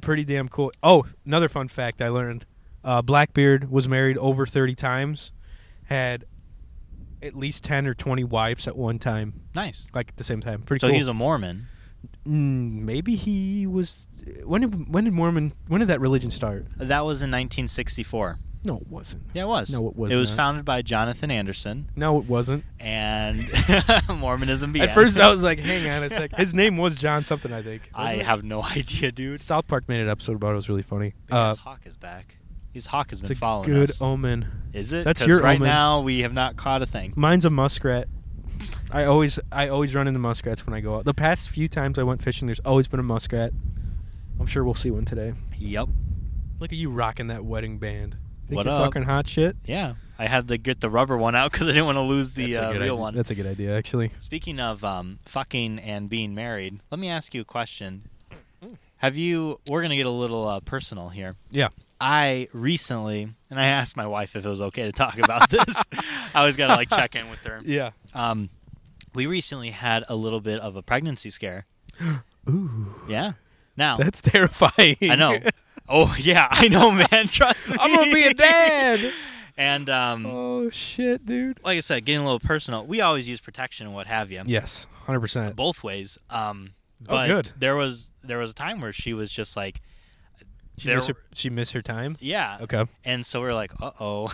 A: Pretty damn cool. Oh, another fun fact I learned: uh, Blackbeard was married over thirty times, had at least ten or twenty wives at one time,
B: nice.
A: like at the same time. Pretty
B: So
A: cool.
B: he's a Mormon.
A: Mm, maybe he was. When did when did Mormon? When did that religion start?
B: That was in 1964.
A: No, it wasn't.
B: Uh, Yeah, it was.
A: No, it was
B: It was
A: not.
B: founded by Jonathan Anderson
A: No, it wasn't.
B: and Mormonism began.
A: At first, I was like, "Hang on a sec." His name was John something, I think.
B: I
A: wasn't it?
B: have no idea, dude.
A: South Park made an episode about it. It was really funny.
B: Big
A: Uh,
B: ass Hawk is back. His Hawk has
A: it's
B: been
A: a
B: following
A: good
B: us.
A: omen.
B: is it?
A: that's
B: 'Cause
A: your
B: right
A: omen.
B: now. We have not caught a thing.
A: Mine's a muskrat. I always I always run into muskrats when I go out. The past few times I went fishing, there's always been a muskrat. I'm sure we'll see one today.
B: Yep.
A: Look at you rocking that wedding band. Think
B: What
A: you're
B: up?
A: fucking hot shit.
B: Yeah, I had to get the rubber one out because I didn't want to lose the
A: That's a
B: uh,
A: good
B: real
A: idea.
B: one.
A: That's a good idea, actually.
B: Speaking of um, fucking and being married, let me ask you a question.
A: Mm.
B: Have you? We're gonna get a little uh, personal here.
A: Yeah.
B: I recently, and I asked my wife if it was okay to talk about this. I always gotta like check in with her.
A: Yeah.
B: Um, we recently had a little bit of a pregnancy scare.
A: Ooh,
B: Yeah. Now
A: that's terrifying.
B: Oh. I know. Oh yeah, I know, man. Trust me.
A: I'm gonna be a dad.
B: And um,
A: oh shit, dude.
B: like I said, getting a little personal. We always use protection and what have you.
A: Yes, hundred percent.
B: Both ways. Um,
A: Oh,
B: but
A: good.
B: there was there was a time where she was just like,
A: She
B: there-
A: missed her. She missed her time.
B: yeah.
A: Okay.
B: And so we were like, uh oh.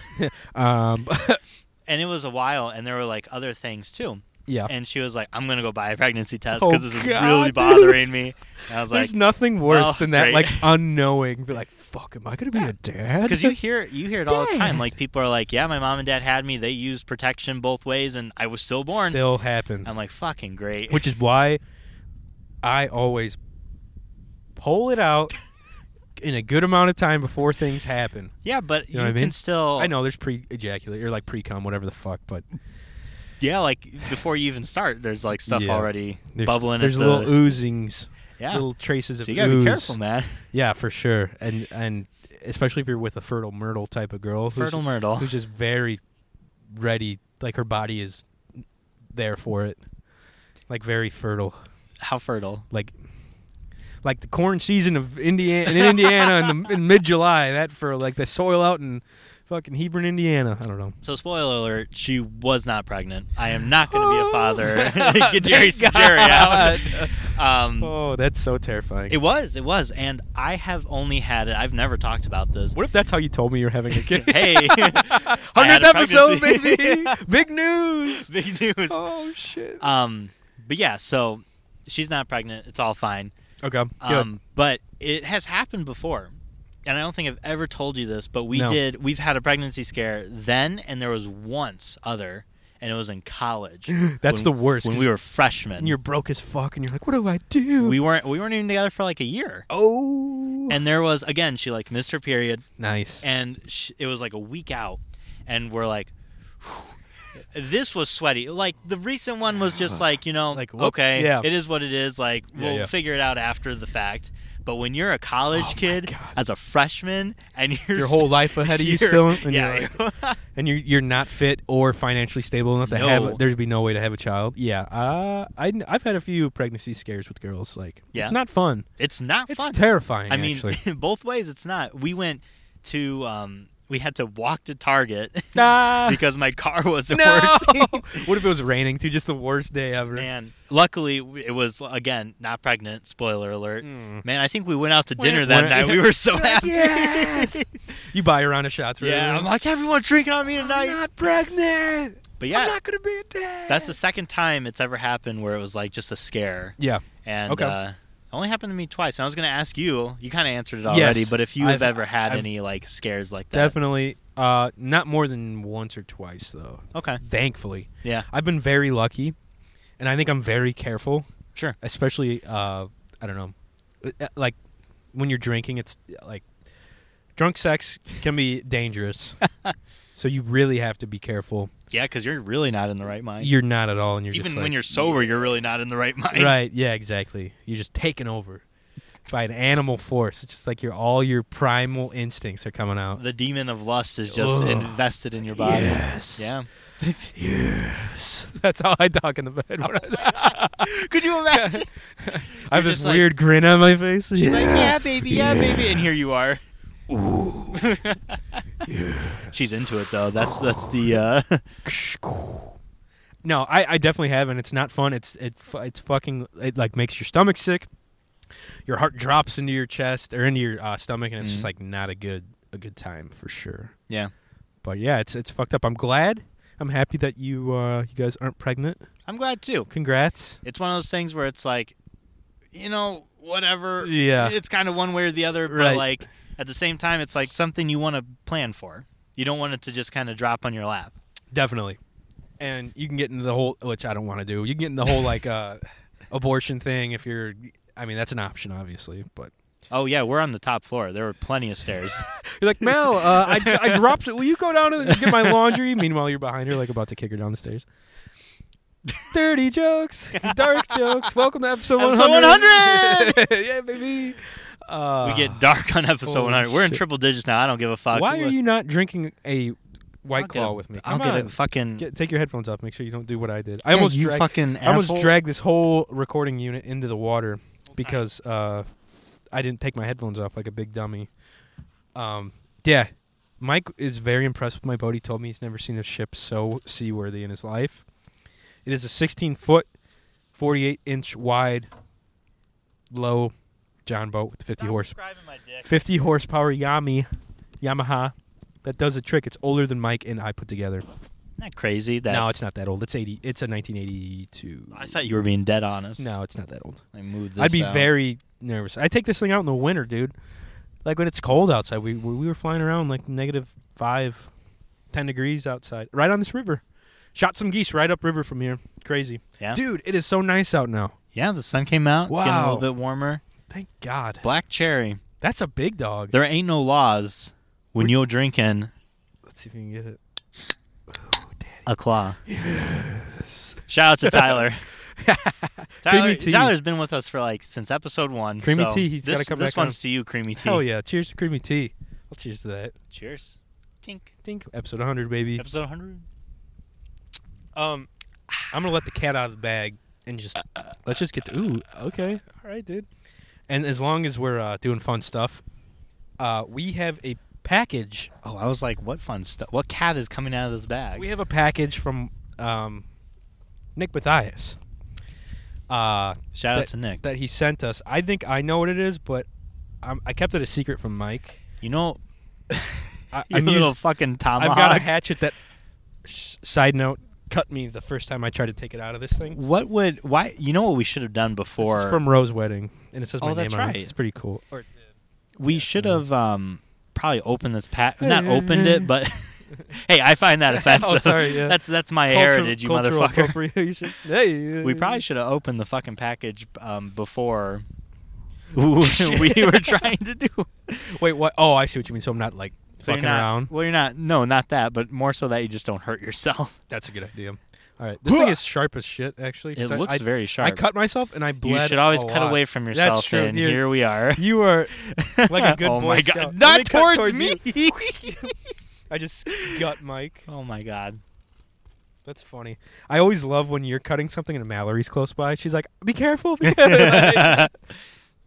A: Um.
B: and it was a while, and there were like other things too.
A: yeah.
B: And she was like, I'm gonna go buy a pregnancy test
A: Oh,
B: because this is
A: God,
B: really
A: dude.
B: bothering me. And I was like,
A: There's nothing worse
B: well,
A: than that,
B: great.
A: like unknowing. Be like, fuck, am I gonna be a dad?
B: Because you hear you hear it all the time.
A: Dad.
B: Like people are like, "Yeah, my mom and dad had me. They used protection both ways, and I was still born."
A: still happens.
B: I'm like, "Fucking great."
A: which is why I always pull it out in a good amount of time before things happen.
B: yeah, but you,
A: know what I
B: can
A: mean?
B: still.
A: I know there's pre ejaculate or like pre cum, whatever the fuck, but
B: Yeah, like before you even start, there's like stuff
A: Yeah.
B: already
A: there's,
B: bubbling.
A: there's
B: at
A: little
B: the,
A: oozings,
B: yeah.
A: little traces of
B: so you gotta be
A: ooze.
B: careful, man.
A: Yeah, for sure, and and especially if you're with a fertile myrtle type of girl, who's,
B: Fertile Myrtle.
A: who's just very ready, like her body is there for it, like very fertile.
B: How fertile?
A: like like the corn season of Indiana in Indiana in, the, in mid July. That for like the soil out in fucking Hebron, Indiana. I don't know.
B: So, spoiler alert: she was not pregnant. I am not going
A: Oh
B: to be a father. Get Jerry, Jerry out. Um,
A: Oh, that's so terrifying.
B: it was, it was, and I have only had it. I've never talked about this.
A: what if that's how you told me you're having a kid?
B: hey, I had
A: Hundredth
B: a
A: episode,
B: pregnancy.
A: baby! Big news!
B: Big news.
A: Oh shit!
B: Um, but yeah, so she's not pregnant. It's all fine.
A: okay, good.
B: Um, but it has happened before. And I don't think I've ever told you this, but we
A: No.
B: did. We've had a pregnancy scare then, and there was once other, and it was in college.
A: That's
B: when-
A: the worst,
B: When
A: 'cause
B: we were freshmen,
A: And you're broke as fuck, and you're like, what do I do?
B: we weren't we weren't even together for like a year.
A: oh,
B: And there was again, she like missed her period,
A: nice.
B: and sh it was like a week out, and we're like, whew. this was sweaty. Like the recent one was just like you know,
A: Like, whoop,
B: okay,
A: yeah.
B: it is what it is. Like
A: Yeah,
B: we'll
A: yeah.
B: figure it out after the fact. But when you're a college
A: Oh my
B: kid
A: God.
B: as a freshman and you
A: Your whole life ahead of you still, and
B: yeah,
A: you're like, and you're you're not fit or financially stable enough to
B: No.
A: have. There'd be no way to have a child. Yeah, uh, I I've had a few pregnancy scares with girls. Like,
B: Yeah.
A: it's not fun.
B: it's not
A: It's
B: fun.
A: terrifying.
B: I mean,
A: actually.
B: both ways, it's not. We went to um, we had to walk to Target
A: Ah,
B: because my car wasn't
A: no.
B: working.
A: what if it was raining too? Just the worst day ever.
B: Man, luckily w- it was again not pregnant. Spoiler alert.
A: Mm.
B: Man, I think we went out to
A: Wah,
B: dinner that
A: wah.
B: night. We were so happy.
A: Yes! You buy a round of shots. Right?
B: yeah, I'm like everyone drinking on me
A: I'm
B: tonight.
A: not pregnant.
B: But yeah,
A: I'm not gonna be a dad.
B: that's the second time it's ever happened where it was like just a scare.
A: yeah.
B: And
A: Okay.
B: uh, it only happened to me twice. And I was going to ask you. You kind of answered it already, but if you have
A: I've-
B: ever had
A: I've-
B: any like scares like that.
A: Definitely. Uh, not more than once or twice though.
B: Okay.
A: Thankfully,
B: Yeah.
A: I've been very lucky, and I think I'm very careful,
B: Sure.
A: especially uh, I don't know, uh, like when you're drinking, it's uh, like drunk sex can be dangerous. so you really have to be careful.
B: Yeah, because you're really not in the right mind.
A: You're not at all, and you're
B: Even
A: just
B: when
A: like-
B: you're sober, you're really not in the right mind.
A: Right. Yeah. Exactly. You're just taken over by an animal force. It's just like your all your primal instincts are coming out.
B: The demon of lust is just
A: Ugh.
B: invested in your body.
A: Yes.
B: Yeah.
A: Yes. That's how I talk in the bed. when I,
B: Could you imagine?
A: I have
B: You're
A: this
B: just like-
A: weird grin on my face.
B: She's like, yeah, baby, yeah, baby, and here you are.
A: Ooh.
B: She's into it though. That's that's the uh,
A: No, I, I definitely have, and it's not fun. It's it fu- it's fucking it like makes your stomach sick. Your heart drops into your chest or into your uh, stomach, and it's just
B: Mhm.
A: like not a good a good time for sure.
B: yeah.
A: But yeah, it's it's fucked up. I'm glad. I'm happy that you uh, you guys aren't pregnant.
B: I'm glad too.
A: Congrats.
B: It's one of those things where it's like, you know, whatever.
A: Yeah.
B: It's kind of one way or the other, but
A: Right.
B: like at the same time, it's like something you want to plan for. You don't want it to just kind of drop on your lap.
A: Definitely. And you can get into the whole which I don't want to do. You can get in the whole like uh, abortion thing if you're I mean that's an option obviously, but
B: Oh yeah, we're on the top floor. There were plenty of stairs.
A: you're like Mel, uh, I, I dropped it. Will you go down and get my laundry? Meanwhile, you're behind her, like about to kick her down the stairs. Dirty jokes, dark jokes. Welcome to episode,
B: Episode
A: 100. yeah, baby. Uh,
B: we get dark on episode
A: holy
B: 100. We're in
A: shit.
B: triple digits now. I don't give a fuck.
A: Why are
B: Look,
A: you not drinking a
B: I'll
A: white
B: get
A: claw
B: a-
A: with me?
B: I'll
A: Come
B: get
A: on.
B: a fucking.
A: Get- take your headphones off. Make sure you don't do what I did. I
B: Yeah,
A: almost
B: you
A: dragged,
B: fucking
A: I almost
B: asshole.
A: dragged this whole recording unit into the water because uh, I didn't take my headphones off like a big dummy. Um, yeah, Mike is very impressed with my boat. He told me he's never seen a ship so seaworthy in his life. It is a 16 foot, 48 inch wide, low John boat with 50 horse 50 horsepower Yami Yamaha. That does the trick. It's older than Mike and I put together.
B: Isn't that crazy? That
A: No, it's not that old. It's eighty. It's a nineteen eighty-two.
B: I thought you were being dead honest.
A: No, it's not that old.
B: I moved this
A: I'd be
B: out.
A: very nervous. I take this thing out in the winter, dude. Like when it's cold outside. We we we were flying around like negative five, ten degrees outside, right on this river. Shot some geese right up river from here. Crazy,
B: Yeah.
A: dude. It is so nice out now.
B: Yeah, the sun came out. It's getting a little
A: Wow.
B: bit warmer.
A: Thank God.
B: Black cherry.
A: That's a big dog.
B: There ain't no laws when you're drinking
A: Let's see if you can get it. Ooh, daddy.
B: a claw. Shout out to Tyler. Tyler
A: Creamy tea.
B: Tyler's been with us for like since episode one.
A: Creamy
B: so
A: tea, he's
B: this,
A: gotta come
B: This
A: back
B: one's to you, creamy tea.
A: Hell yeah! Cheers to creamy tea. Well, cheers to that.
B: Cheers. Tink.
A: Think episode 100, baby.
B: Episode 100.
A: Um, I'm gonna let the cat out of the bag and just let's just get to. Ooh, okay, all right, dude. And as long as we're uh, doing fun stuff, uh, we have a package.
B: Oh, I was like, what fun stuff! What cat is coming out of this bag?
A: We have a package from um, Nick Mathias. Uh,
B: Shout out
A: that-
B: to Nick.
A: that he sent us. I think I know what it is, but I'm, I kept it a secret from Mike.
B: you know,
A: I,
B: you
A: I'm
B: little
A: used-
B: fucking tomahawk.
A: I've got a hatchet that. Sh- side note, cut me the first time I tried to take it out of this thing.
B: what would why? You know what we should have done before?
A: This is from Rose Wedding, and it says my
B: Oh, that's
A: name on
B: right.
A: it. It's pretty cool. Or,
B: we should have um, probably opened this pack. Not opened it, but hey, I find that offensive.
A: Oh, sorry, yeah.
B: That's that's my
A: Cultural-
B: heritage, you
A: cultural
B: motherfucker.
A: appropriation. Hey.
B: We probably should have opened the fucking package um, before
A: Oh,
B: we were trying to do.
A: wait. What? Oh, I see what you mean. So I'm not like
B: So you're
A: fucking
B: not,
A: around.
B: Well, you're not. No, not that, but more so that you just don't hurt yourself.
A: That's a good idea. All right, this thing is sharp as shit. Actually, 'cause
B: It
A: I-
B: looks
A: I-
B: very sharp.
A: I cut myself and I bled.
B: you should always
A: a
B: cut
A: lot.
B: away from
A: That's
B: yourself,
A: true.
B: and
A: You're-
B: here we are.
A: You are like a good
B: oh
A: boy
B: my
A: Scout.
B: god!
A: Let me
B: Not
A: cut
B: towards,
A: towards
B: me.
A: you. I just gut Mike.
B: oh my god!
A: That's funny. I always love when you're cutting something and Mallory's close by. She's like, "Be careful!" Be careful.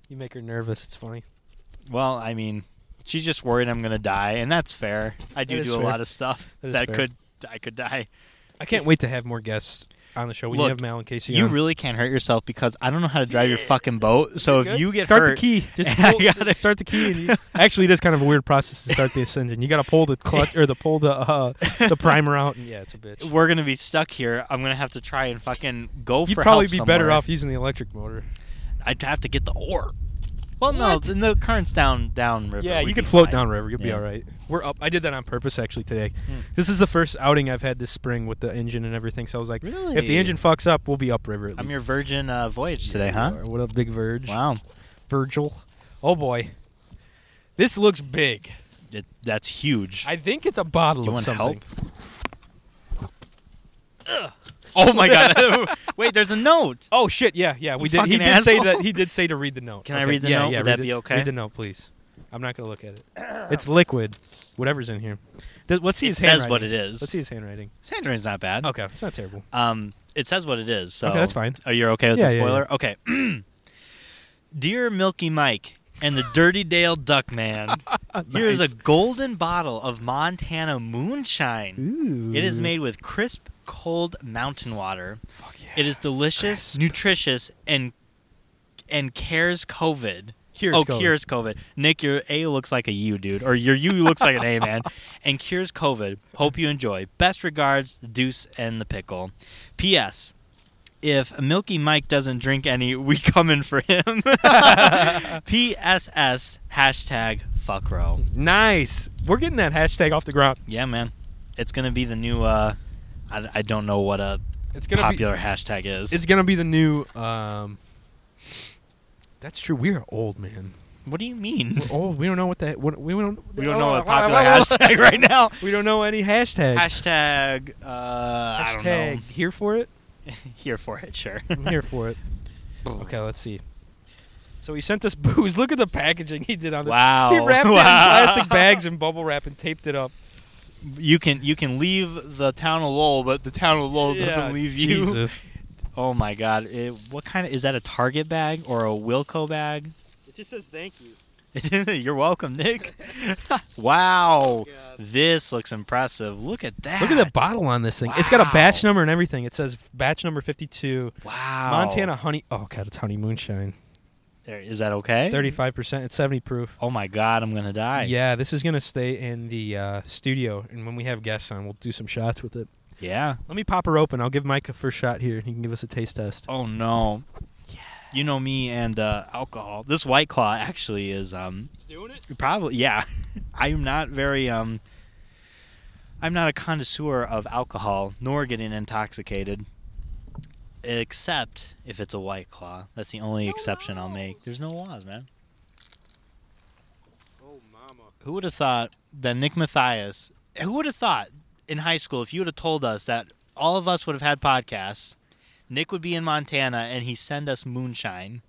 A: you make her nervous. It's funny.
B: Well, I mean, she's just worried I'm gonna die, and that's fair. I do
A: is
B: do a
A: fair.
B: lot of stuff
A: That is
B: that,
A: fair.
B: could I could die.
A: I can't wait to have more guests on the show. We
B: Look,
A: have Mal and Casey.
B: You
A: on.
B: really can't hurt yourself because I don't know how to drive your fucking boat. So if you get
A: start
B: hurt,
A: the key. Just
B: I
A: pull,
B: gotta-
A: start the key. And you, actually, it is kind of a weird process to start this engine. You got to pull the clutch or the pull the uh, the primer out. And yeah, it's a bitch.
B: we're gonna be stuck here. I'm gonna have to try and fucking go
A: You'd
B: for
A: probably
B: help
A: be better
B: somewhere.
A: off using the electric motor.
B: I'd have to get the oar. Well, no, the, the current's down downriver.
A: Yeah,
B: We'd
A: you can
B: be
A: float
B: fine.
A: downriver. You'll be
B: Yeah. Hmm.
A: all right. We're up. I did that on purpose actually today. This is the first outing I've had this spring with the engine and everything. So I was like, if the
B: Really?
A: engine fucks up, we'll be upriver. At
B: I'm
A: least.
B: your virgin uh, voyage today, huh?
A: Or What up, Big Verge?
B: Wow,
A: Virgil. Oh boy, this looks big.
B: it, that's huge.
A: I think it's a bottle
B: Do you
A: of
B: want
A: something.
B: help? oh my god! Wait, there's a note.
A: Oh shit! Yeah, yeah. We did. He
B: fucking
A: did say
B: asshole.
A: that. He did say to read the note.
B: Can I
A: Okay,
B: read the
A: yeah,
B: note?
A: Yeah,
B: Would
A: read
B: that
A: the-
B: be okay?
A: Read the note, please. I'm not gonna look at it. it's liquid. Whatever's in here. Th- Let's see
B: It
A: his
B: says what
A: handwriting.
B: it is.
A: Let's see his handwriting.
B: Sandrin's not bad.
A: Okay, it's not terrible.
B: Um, it says what it is. So
A: Okay, that's fine.
B: Are you okay with
A: Yeah,
B: the
A: yeah,
B: spoiler? Okay. Dear Milky Mike and the Dirty Dale Duckman, here's a
A: Nice.
B: golden bottle of Montana moonshine. It is made with crisp, cold mountain water.
A: Fuck yeah.
B: It is delicious, nutritious, and and cares COVID.
A: Cures
B: oh,
A: COVID.
B: cures COVID. Nick, your A looks like a U, dude, or your U looks like an A, man. And cures COVID. Hope you enjoy. Best regards, the Deuce and the Pickle. P.S. If Milky Mike doesn't drink any, we coming for him. P.S.S. Hashtag fuckrow.
A: Nice. We're getting that hashtag off the ground.
B: Yeah, man. It's gonna be the new. uh I, I don't know what a
A: It's gonna
B: popular hashtag is.
A: be. It's gonna be the new. Um, that's true. We are old, man.
B: what do you mean?
A: We're old. We don't know what that. What, we don't. oh,
B: We don't know a popular hashtag right now.
A: We don't know any hashtags.
B: Hashtag. Uh, I
A: hashtag.
B: don't know.
A: Here for it.
B: Here for it, sure.
A: I'm here for it. Okay, let's see. So he sent us booze. Look at the packaging he did on this.
B: Wow.
A: He wrapped it in
B: Wow.
A: plastic bags and bubble wrap and taped it up.
B: You can you can leave the town of Lowell, but the town of Lowell
A: Yeah,
B: doesn't leave you.
A: Jesus.
B: Oh my God! It, what kind of is that? A Target bag or a Wilco bag?
A: It just says thank you.
B: You're welcome, Nick. wow, this looks impressive. Look at that.
A: Look at the bottle on this thing. It's got a batch
B: Wow.
A: number and everything. It says batch number 52,
B: Wow,
A: Montana honey. Oh god, it's honey moonshine.
B: There, is that okay?
A: 35%, it's 70 proof.
B: Oh my God, I'm gonna die.
A: Yeah, this is going to stay in the uh, studio and when we have guests on, we'll do some shots with it.
B: Yeah.
A: Let me pop her open. I'll give Mike a first shot here and he can give us a taste test.
B: Oh no. You know me and uh, alcohol. This White Claw actually is um,
A: It's doing it.
B: Probably, yeah. I'm not very um. I'm not a connoisseur of alcohol, nor getting intoxicated. Except if it's a white claw. That's the only exception I'll make. There's no laws, man.
A: Oh mama.
B: Who would have thought that Nick Mathias? Who would have thought in high school if you would have told us that all of us would have had podcasts, Nick would be in Montana and he send us moonshine.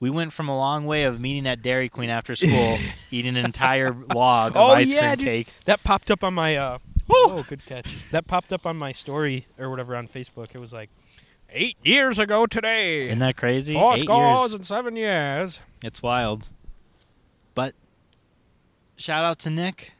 B: We went from a long way of meeting at Dairy Queen after school, eating an entire log of ice cream
A: Oh, dude.
B: cake.
A: That popped up on my. Uh, oh, good catch. That popped up on my story or whatever on Facebook. It was like eight years ago today.
B: Isn't that crazy?
A: Four
B: Eight
A: scores
B: years.
A: and seven years.
B: It's wild. But shout out to Nick.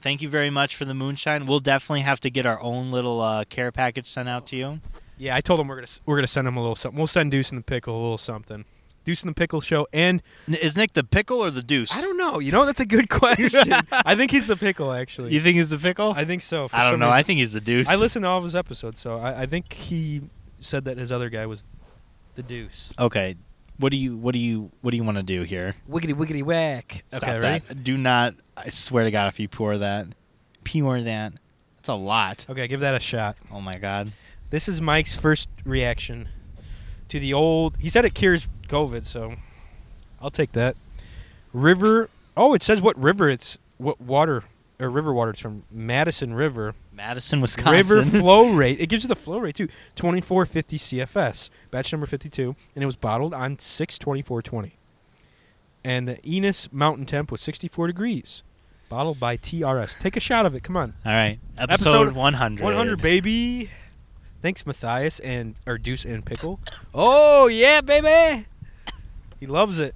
B: thank you very much for the moonshine. We'll definitely have to get our own little uh, care package sent out to you.
A: Yeah, I told him we're gonna s- we're gonna send him a little something. We'll send Deuce and the Pickle a little something. Deuce and the Pickle show, and
B: N- Is Nick the pickle or the deuce?
A: I don't know. You know, that's a good question. I think he's the pickle actually.
B: You think he's the pickle?
A: I think so. For
B: I don't
A: some
B: know. I
A: reason-
B: think he's the deuce.
A: I listened to all of his episodes, so I, I think he said that his other guy was the Deuce.
B: Okay. What do you what do you what do you want to do here?
A: Wiggity wiggity whack. Okay,
B: Stop
A: ready?
B: that. Do not I swear to god if you pour that. Pour that. That's a lot.
A: Okay, give that a shot.
B: Oh my god.
A: This is Mike's first reaction to the old. He said it cures COVID, so I'll take that. River. Oh, it says what river it's what water or river water. It's from Madison River.
B: Madison, Wisconsin.
A: River flow rate. It gives you the flow rate too. Twenty four fifty CFS, batch number fifty two, and it was bottled on six twenty four twenty. And the Enos mountain temp was sixty four degrees, bottled by TRS. Take a shot of it. Come on.
B: All right. Episode,
A: Episode
B: 100.
A: 100 baby thanks matthias and or deuce and pickle oh yeah baby he loves it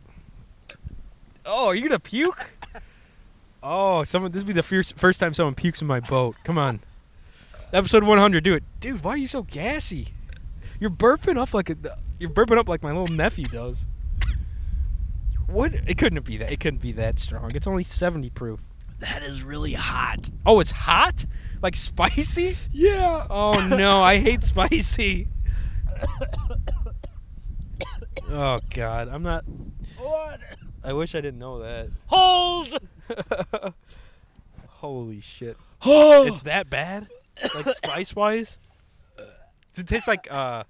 A: oh are you gonna puke oh someone this would be the first, first time someone pukes in my boat come on episode 100 do it dude why are you so gassy you're burping up like a you're burping up like my little nephew does what it couldn't be that it couldn't be that strong it's only 70 proof
B: That is really hot.
A: Oh, it's hot? Like spicy? Yeah. Oh no, I hate spicy. oh god, I'm not
B: What?
A: I wish I didn't know that.
B: Hold.
A: Holy shit.
B: Hold.
A: It's that bad? Like spice wise? Does it taste like uh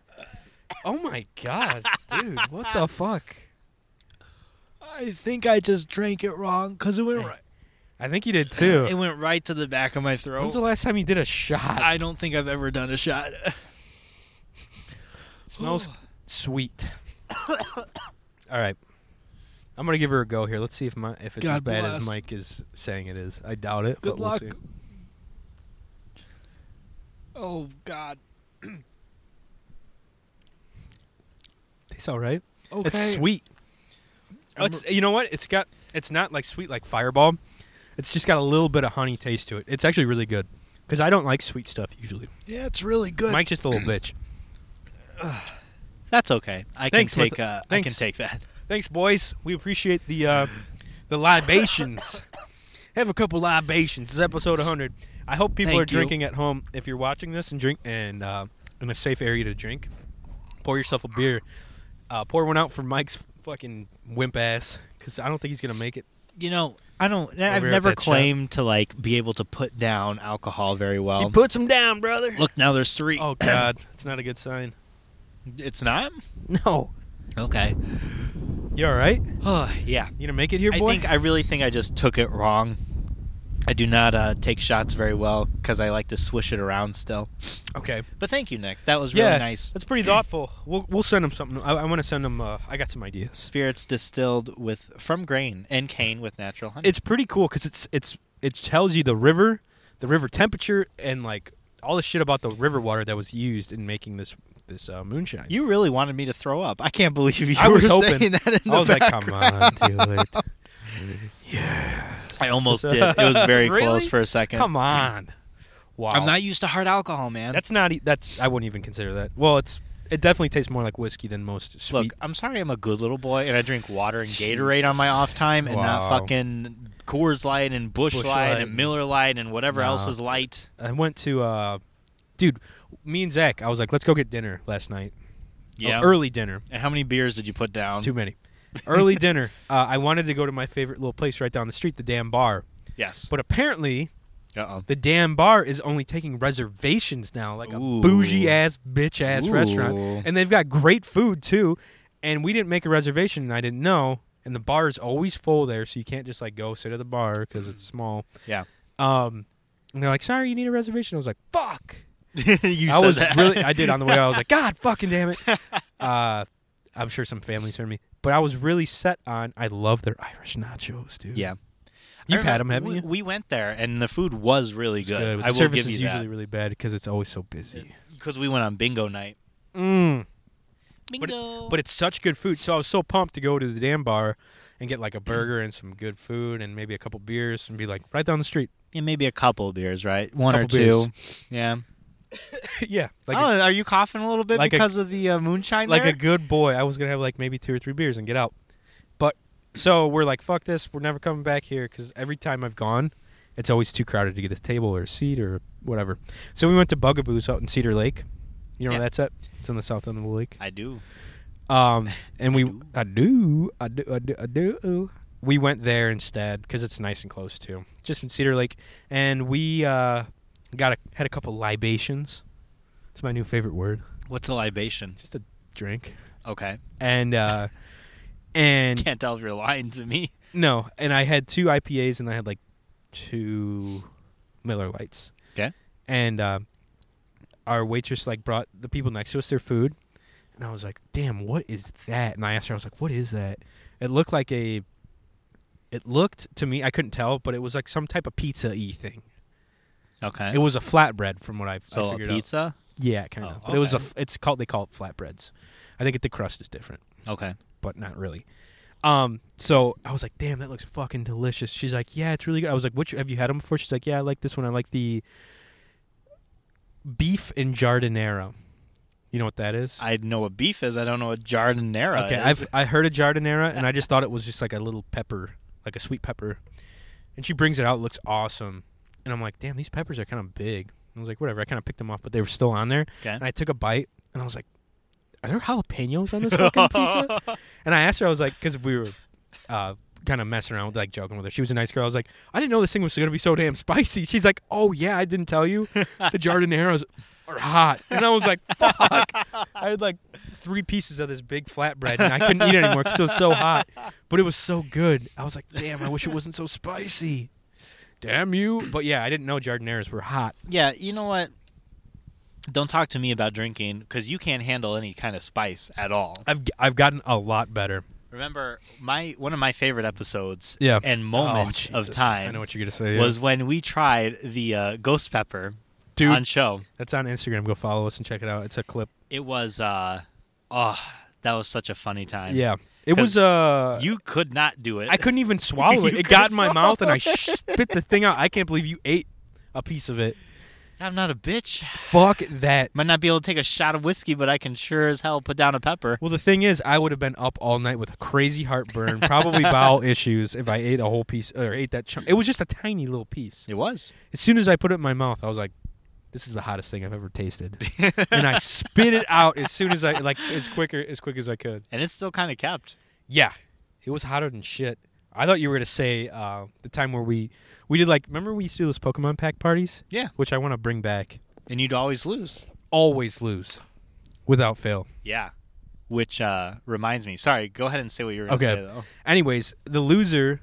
A: Oh my god, dude, what the fuck?
B: I think I just drank it wrong cuz it went right.
A: I think you did
B: It
A: too.
B: went right to the back of my throat.
A: When's the last time you did a shot?
B: I don't think I've ever done a shot.
A: It smells sweet. All right. I'm gonna give her a go here. Let's see if my if it's as
B: God
A: bad as
B: bless.
A: Mike is saying it is. I doubt it.
B: Good
A: but
B: luck.
A: We'll see.
B: Oh god.
A: Tastes all right.
B: Okay.
A: It's sweet.
B: I'm-
A: It's, you know what? It's got. It's not like sweet like Fireball. It's just got a little bit of honey taste to it. It's actually really good because I don't like sweet stuff usually.
B: Yeah, it's really good.
A: Mike's just a little bitch.
B: That's okay. I
A: Thanks,
B: can take
A: Math-
B: uh, I can
A: thanks.
B: take that.
A: Thanks, boys. We appreciate the uh, the libations. Have a couple libations. This is episode 100. I hope people
B: Thank
A: are
B: you.
A: drinking at home. If you're watching this and drink and uh, in a safe area to drink, pour yourself a beer. Uh, pour one out for Mike's fucking wimp ass because I don't think he's gonna make it.
B: You know, I don't I've
A: here at
B: never
A: that shop.
B: claimed to like be able to put down alcohol very well.
A: puts him down, brother.
B: Look, now there's 3.
A: Oh God, it's not a good sign.
B: It's not?
A: No.
B: Okay.
A: You all right?
B: Oh, yeah.
A: You gonna make it here,
B: I
A: boy?
B: think I really think I just took it wrong. I do not uh, take shots very well cuz I like to swish it around still.
A: okay.
B: But thank you, Nick. That was really
A: yeah,
B: nice.
A: That's pretty thoughtful. We'll we'll send him something. I, I want to send him. Uh, I got some ideas.
B: Spirits distilled with from grain and cane with natural honey.
A: it's pretty cool because it's it's it tells you the river, the river temperature, and like all the shit about the river water that was used in making this this uh, moonshine.
B: You really wanted me to throw up. I can't believe you
A: I
B: were
A: was hoping.
B: saying that in the
A: I was like,
B: background.
A: come on, dude.
B: I almost did. It was very
A: Really?
B: close for a second.
A: come on. Wow.
B: I'm not used to hard alcohol, man.
A: That's not. e- That's. I wouldn't even consider that. Well, it's. It definitely tastes more like whiskey than most sweet.
B: Look, I'm sorry I'm a good little boy and I drink water and Gatorade on my off time and
A: Wow.
B: not fucking Coors Light and Bush,
A: Busch
B: Light
A: Light.
B: and Miller Light and whatever
A: Nah. Oh,
B: else is light.
A: I went to. uh Dude, me and Zach. I was like, let's go get dinner last night. Oh,
B: Yeah.
A: early dinner.
B: and how many beers did you put down?
A: Too many. Early dinner. Uh, I wanted to go to my favorite little place right down the street, the damn bar.
B: Yes.
A: But apparently,
B: Uh-oh.
A: the damn bar is only taking reservations now, like a
B: Ooh.
A: bougie ass, bitch ass
B: Ooh.
A: restaurant. And they've got great food too. And we didn't make a reservation, and I didn't know. And the bar is always full there, so you can't just like go sit at the bar because it's small.
B: Yeah.
A: Um, and they're like, "Sorry, you need a reservation." I was like, "Fuck."
B: you
A: I
B: said
A: was
B: that.
A: really I did on the way. I was like, God fucking damn it. Uh, I'm sure some families heard me, but I was really set on. I love their Irish nachos, dude.
B: Yeah.
A: you've
B: I
A: had them,
B: remember
A: haven't
B: we,
A: you?
B: We went there and the food was really good.
A: Good, but the
B: I will
A: service
B: give
A: is
B: you
A: usually
B: that
A: really bad because it's always so busy.
B: because we went on bingo night.
A: Mm. But,
B: Bingo.
A: it, but it's such good food. So I was so pumped to go to the damn bar and get like a burger and some good food and maybe a couple beers and be like right down the street.
B: yeah, maybe a couple beers, right? One or
A: Couple
B: two. Yeah.
A: yeah, like
B: oh, are you coughing a little bit
A: like a-
B: because of the uh, moonshine?
A: like
B: there?
A: a good boy, I was gonna have like maybe two or three beers and get out. But so we're like, fuck this, we're never coming back here because every time I've gone, it's always too crowded to get a table or a seat or whatever. So we went to Bugaboo's out in Cedar Lake. You know
B: Yeah.
A: where that's at? It's on the south end of the lake.
B: I do.
A: Um, and we,
B: do.
A: I do, I do, I do, I do. We went there instead because it's nice and close too, just in Cedar Lake, and we uh, got a, had a couple libations. It's my new favorite word.
B: What's a libation?
A: Just a drink
B: Okay.
A: and uh and
B: Can't tell if you're lying to me.
A: no and i had two ipas and i had like two miller lights
B: Okay.
A: and uh, our waitress like brought the people next to us their food and i was like damn what is that and i asked her i was like what is that it looked like a it looked to me i couldn't tell but it was like some type of pizza y thing
B: Okay.
A: it was a flatbread from what i,
B: so
A: I
B: a
A: figured out
B: pizza.
A: yeah kind of
B: Oh,
A: but it was a
B: okay.
A: f- it's called they call it flatbreads i think it, the crust is different
B: Okay.
A: but not really. Um, so I was like, "Damn, that looks fucking delicious." She's like, "Yeah, it's really good." I was like, "Which have you had them before?" She's like, "Yeah, I like this one. I like the beef and jardinera." You know what that is?
B: I know what beef is. I don't know what jardinera
A: okay,
B: is.
A: I've I heard of jardinera, and I just thought it was just like a little pepper, like a sweet pepper. And she brings it out, looks awesome, and I'm like, "Damn, these peppers are kind of big." I was like, "Whatever." I kind of picked them off, but they were still on there.
B: Okay.
A: And I took a bite, and I was like, "Are there jalapenos on this fucking pizza?" And I asked her, I was like, because we were uh, kind of messing around, with, like joking with her. She was a nice girl. I was like, I didn't know this thing was going to be so damn spicy. She's like, Oh yeah, I didn't tell you. The jardineros are hot. And I was like, Fuck. I had like three pieces of this big flatbread, and I couldn't eat it anymore because it was so hot. But it was so good. I was like, Damn, I wish it wasn't so spicy. Damn you. But yeah, I didn't know jardineros were hot.
B: yeah. You know what? Don't talk to me about drinking because you can't handle any kind of spice at all.
A: I've I've gotten a lot better.
B: Remember my one of my favorite episodes
A: Yeah.
B: and moments
A: Oh,
B: of
A: Jesus.
B: time
A: I know what you're gonna say. yeah.
B: was when we tried the uh, ghost pepper
A: Dude.
B: on show.
A: That's on Instagram. Go follow us and check it out. It's a clip.
B: It was uh oh that was such a funny time.
A: Yeah. It was uh
B: You could not do it.
A: I couldn't even swallow it.
B: You
A: It got in
B: couldn't
A: my mouth and I spit the thing out. I can't believe you ate a piece of it.
B: I'm not a bitch.
A: Fuck that.
B: Might not be able to take a shot of whiskey, but I can sure as hell put down a pepper.
A: Well, the thing is, I would have been up all night with crazy heartburn, probably bowel issues if I ate a whole piece or ate that chunk. It was just a tiny little piece.
B: It was.
A: As soon as I put it in my mouth, I was like, this is the hottest thing I've ever tasted. and I spit it out as soon as I like as quicker as quick as I could.
B: And it's still kind of kept.
A: Yeah, it was hotter than shit. I thought you were gonna say uh, the time where we we did like remember we used to do those Pokemon pack parties.
B: Yeah.
A: which I want to bring back.
B: And you'd always lose.
A: Always lose, without fail.
B: Yeah. Which uh, reminds me. Sorry, go ahead and say what you were going to
A: Okay.
B: say, though.
A: Anyways, the loser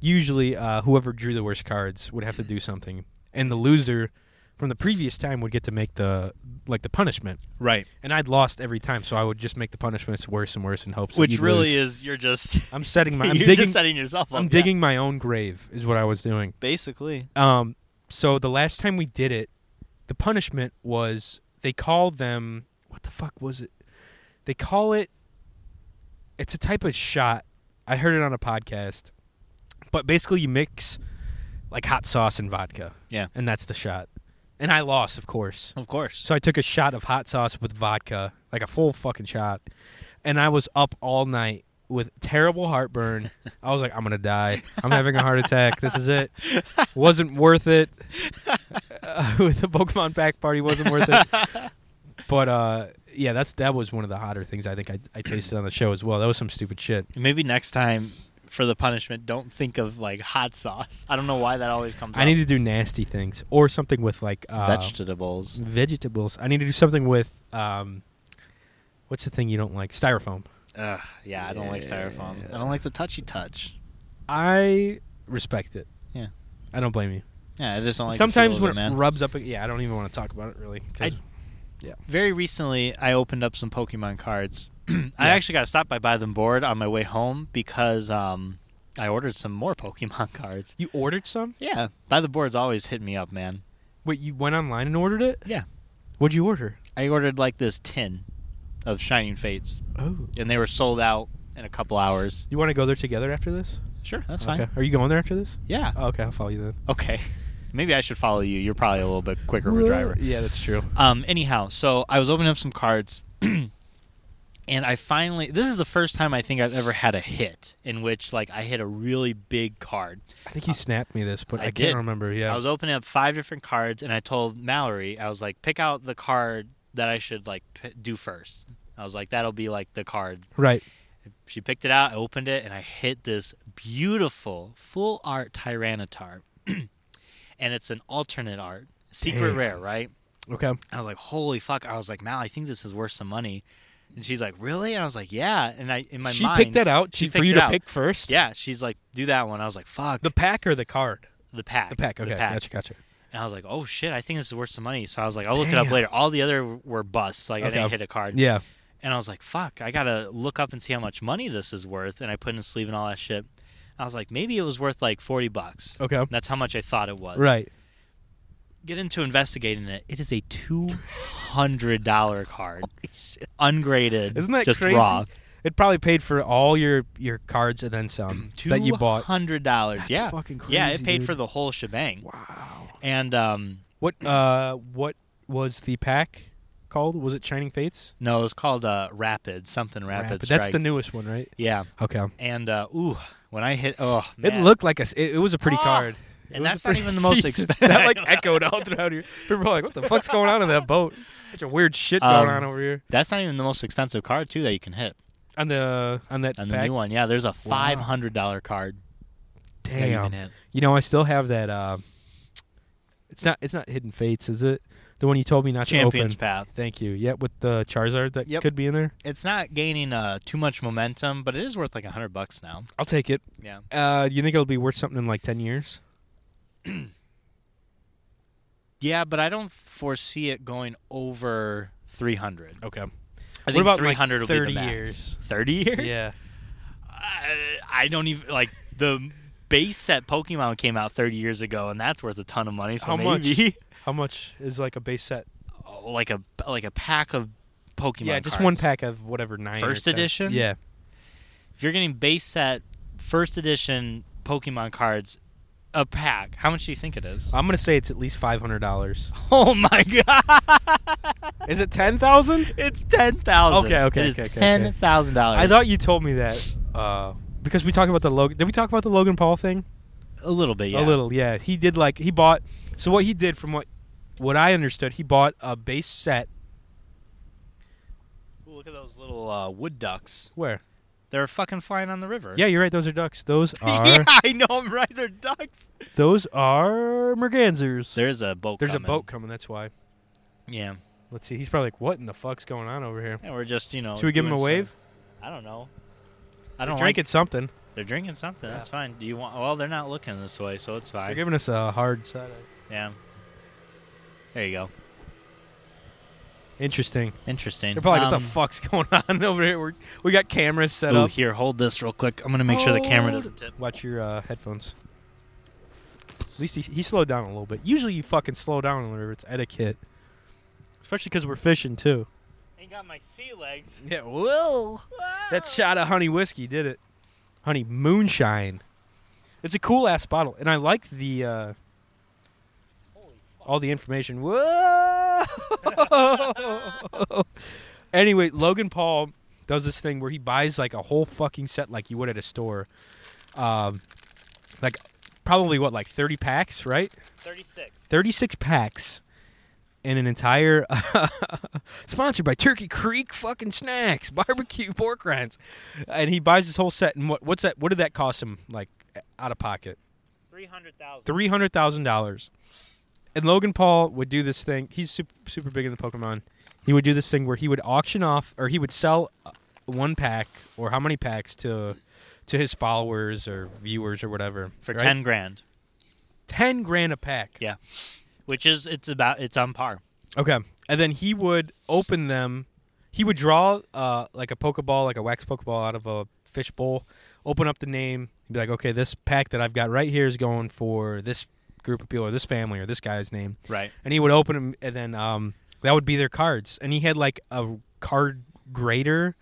A: usually uh, whoever drew the worst cards would have to do something, and the loser from the previous time would get to make the like the punishment.
B: Right.
A: And I'd lost every time, so I would just make the punishments worse and worse in hopes. that
B: Which
A: you'd
B: really
A: lose.
B: is, you're just,
A: I'm setting my.
B: you're
A: I'm
B: just
A: digging.
B: setting yourself up.
A: I'm
B: yeah.
A: digging my own grave is what I was doing.
B: Basically.
A: Um, so the last time we did it, the punishment was they called them what the fuck was it? They call it. It's a type of shot. I heard it on a podcast, but basically you mix like hot sauce and vodka.
B: Yeah.
A: and that's the shot. And I lost, of course.
B: Of course.
A: So I took a shot of hot sauce with vodka, like a full fucking shot, and I was up all night with terrible heartburn. I was like, I'm gonna die. I'm having a heart attack. This is it. Wasn't worth it. Uh, the Pokemon pack party wasn't worth it. But uh, yeah, that's that was one of the hotter things I think I, I tasted on the show as well. That was some stupid shit.
B: Maybe next time for the punishment, don't think of like hot sauce. I don't know why that always comes
A: I
B: up.
A: need to do nasty things or something with like uh,
B: vegetables.
A: vegetables. I need to do something with um, what's the thing you don't like? Styrofoam.
B: Ugh, yeah, I don't like styrofoam. I don't like the touchy touch.
A: I respect it.
B: Yeah.
A: I don't blame you.
B: Yeah, I just don't like. the
A: Sometimes
B: feel
A: when
B: of
A: it
B: it, man.
A: rubs up, yeah, I don't even want to talk about it really. 'cause-
B: I- Very recently, I opened up some Pokemon cards. I
A: Yeah.
B: actually got stopped by by them board on my way home because um, I ordered some more Pokemon cards.
A: you ordered some?
B: Yeah, by the boards always hit me up, man.
A: Wait, you went online and ordered it?
B: Yeah,
A: What'd you order?
B: I ordered like this tin of Shining Fates,
A: Oh,
B: and they were sold out in a couple hours.
A: you want to go there together after this?
B: Sure, that's
A: okay.
B: fine.
A: Are you going there after this?
B: Yeah.
A: Oh, okay, I'll follow you then.
B: Okay. Maybe I should follow you. You're probably a little bit quicker of a driver.
A: Yeah, that's true.
B: Um, anyhow, so I was opening up some cards, and I finally. This is the first time I think I've ever had a hit in which like I hit a really big card.
A: I think you snapped me this, but I,
B: Uh, I
A: can't
B: did.
A: remember. Yeah.
B: I was opening up five different cards, and I told Mallory, I was like, pick out the card that I should like p- do first. I was like, that'll be like the card.
A: right.
B: She picked it out, I opened it, and I hit this beautiful full art Tyranitar, and it's an alternate art, secret
A: Damn.
B: rare, right?
A: Okay.
B: I was like, holy fuck! I was like, Mal, I think this is worth some money. And she's like, really? And I was like, yeah. And I in my
A: she
B: mind,
A: picked that out
B: she
A: to- for
B: picked
A: you
B: it
A: to
B: out.
A: pick first.
B: Yeah, she's like, do that one. I was like, fuck
A: The pack or the card?
B: the pack,
A: The pack. Okay. Gotcha. Gotcha.
B: And I was like, oh shit, I think this is worth some money. So I was like, I'll look it
A: Damn.
B: up later. All the other were busts. Like
A: Okay.
B: I didn't hit a card.
A: Yeah.
B: And I was like, fuck, I gotta look up and see how much money this is worth. And I put in a sleeve and all that shit. I was like, maybe it was worth like forty bucks.
A: Okay.
B: That's how much I thought it was.
A: Oh. Right.
B: Get into investigating it. It is a two hundred dollar card, ungraded.
A: Isn't that
B: just
A: crazy?
B: raw?
A: It probably paid for all your your cards and then some
B: Two
A: that you bought.
B: hundred dollars.
A: That's
B: Yeah,
A: fucking
B: yeah.
A: crazy,
B: It paid
A: dude.
B: for the whole shebang.
A: Wow.
B: And um,
A: What uh what was the pack called? Was it Shining Fates?
B: no, it was called uh, Rapid something. Rapid.
A: Rapid.
B: Strike.
A: That's the newest one, right?
B: yeah.
A: Okay.
B: And uh, ooh, when I hit, oh,
A: It
B: man.
A: looked like a s- it, it was a pretty
B: Ah!
A: card. It
B: And
A: was a
B: that's not
A: pretty-
B: even the most
A: Jesus,
B: expensive.
A: That like echoed all throughout here. People were like, "What the fuck's going on in that boat? Such a weird shit
B: Um,
A: going on over here."
B: That's not even the most expensive card too that you can hit.
A: On the on that
B: And the
A: pack.
B: new one, yeah, there's a five hundred dollar card. that you can
A: Damn.
B: hit.
A: You know, I still have that. Uh, it's not. It's not Hidden Fates, is it? The one you told me not to
B: Champions
A: open.
B: Path.
A: Thank you. Yeah, with the Charizard that
B: Yep.
A: could be in there.
B: It's not gaining uh, too much momentum, but it is worth like hundred bucks now.
A: I'll take it.
B: Yeah.
A: Uh, you think it'll be worth something in like ten years?
B: Yeah, but I don't foresee it going over three hundred.
A: Okay.
B: I
A: What
B: think
A: about,
B: three
A: like,
B: hundred will be
A: 30
B: the max.
A: years?
B: Thirty years?
A: Yeah.
B: I, I don't even like the base set Pokemon came out thirty years ago, and that's worth a ton of money. So
A: How much?
B: maybe
A: How much is like a base set?
B: Oh, like a like a pack of Pokemon.
A: yeah, just
B: cards.
A: one pack of whatever nine. or
B: First
A: 10.
B: edition?
A: Yeah.
B: If you're getting base set first edition Pokemon cards, a pack. How much do you think it is?
A: I'm gonna say it's at least five hundred dollars.
B: oh my god!
A: Is it ten thousand?
B: it's ten thousand.
A: Okay, okay,
B: It is
A: okay, okay, okay.
B: ten thousand dollars.
A: I thought you told me that. Uh, because we talked about the Logan. Did we talk about the Logan Paul thing?
B: a little bit. Yeah.
A: A little, yeah. He did like he bought. So what he did, from what what I understood, he bought a base set.
B: Ooh, look at those little uh, wood ducks.
A: Where?
B: They're fucking flying on the river.
A: Yeah, you're right. Those are ducks. Those are
B: yeah, I know I'm right. They're ducks.
A: those are mergansers.
B: There's a boat.
A: There's
B: coming.
A: a boat coming. That's why.
B: Yeah.
A: Let's see. He's probably like, "What in the fuck's going on over here?"
B: And we're just you know.
A: Should we give him
B: doing
A: a wave?
B: some- I don't know. I don't
A: Drink
B: like
A: it something.
B: They're drinking something. That's fine. Do you want? Well, they're not looking this way, so it's
A: They're
B: fine.
A: giving us a hard side. eye.
B: yeah. There you go.
A: Interesting.
B: Interesting.
A: They're probably like, "What
B: Um,
A: the fuck's going on over here?" We're, we got cameras set
B: ooh,
A: up.
B: here, hold this real quick. I'm gonna make sure the camera
A: Hold-
B: doesn't tip.
A: Watch your uh, headphones. At least he, he slowed down a little bit. Usually you fucking slow down whenever it's etiquette, especially because we're fishing too.
B: Ain't got my sea legs.
A: Yeah, whoa! That shot of honey whiskey did it. Honey moonshine. It's a cool ass bottle, and I like the uh, all the information. Whoa! anyway, Logan Paul does this thing where he buys like a whole fucking set, like you would at a store. Um, like probably what, like thirty packs, right?
B: 36.
A: 36 packs and an entire sponsored by Turkey Creek fucking snacks, barbecue pork rinds. And he buys this whole set and what what's that what did that cost him like out of pocket?
B: 300,000.
A: three hundred thousand dollars. And Logan Paul would do this thing. He's super, super big into Pokemon. He would do this thing where he would auction off, or he would sell uh, one pack or how many packs to to his followers or viewers or whatever
B: for
A: right?
B: 10 grand,
A: 10 grand a pack.
B: Yeah. which is it's about it's on par.
A: Okay. And then he would open them. He would draw uh, like a Pokeball, like a wax Pokeball out of a fish bowl, open up the name, and be like, okay, this pack that I've got right here is going for this group of people or this family or this guy's name.
B: Right.
A: And he would open them, and then um, that would be their cards. And he had like a card grader,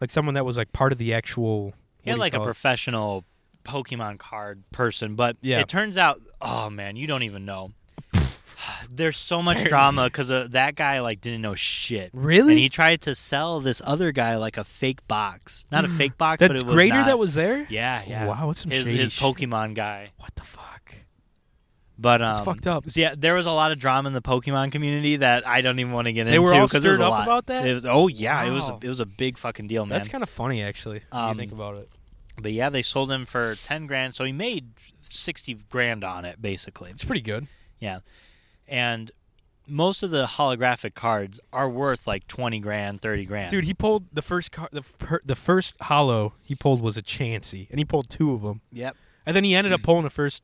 A: like someone that was like part of the actual.
B: He had
A: what do you
B: like a
A: call it?
B: professional Pokemon card person, but
A: Yeah.
B: it turns out, oh man, you don't even know. There's so much drama because uh, that guy like didn't know shit.
A: Really?
B: And he tried to sell this other guy like a fake box, not a fake box,
A: that
B: but it was
A: grader
B: not-
A: that was there.
B: Yeah, yeah.
A: Wow, that's some
B: his
A: shady
B: his
A: shit.
B: Pokemon guy.
A: What the fuck?
B: But um,
A: fucked up.
B: so yeah, there was a lot of drama in the Pokemon community that I don't even want to get
A: They
B: into
A: were all
B: because there was
A: stirred
B: a
A: up
B: lot.
A: about that?
B: It was- oh yeah, it was
A: Wow.
B: it was a big fucking deal, man.
A: That's kind of funny, actually. When
B: Um,
A: you think about it.
B: But yeah, they sold him for ten grand, so he made sixty grand on it, basically.
A: It's pretty good.
B: Yeah, and most of the holographic cards are worth like twenty grand, thirty grand.
A: Dude, he pulled the first car, the fir- the first hollow he pulled was a Chansey, and he pulled two of them,
B: yep.
A: and then he ended up pulling the first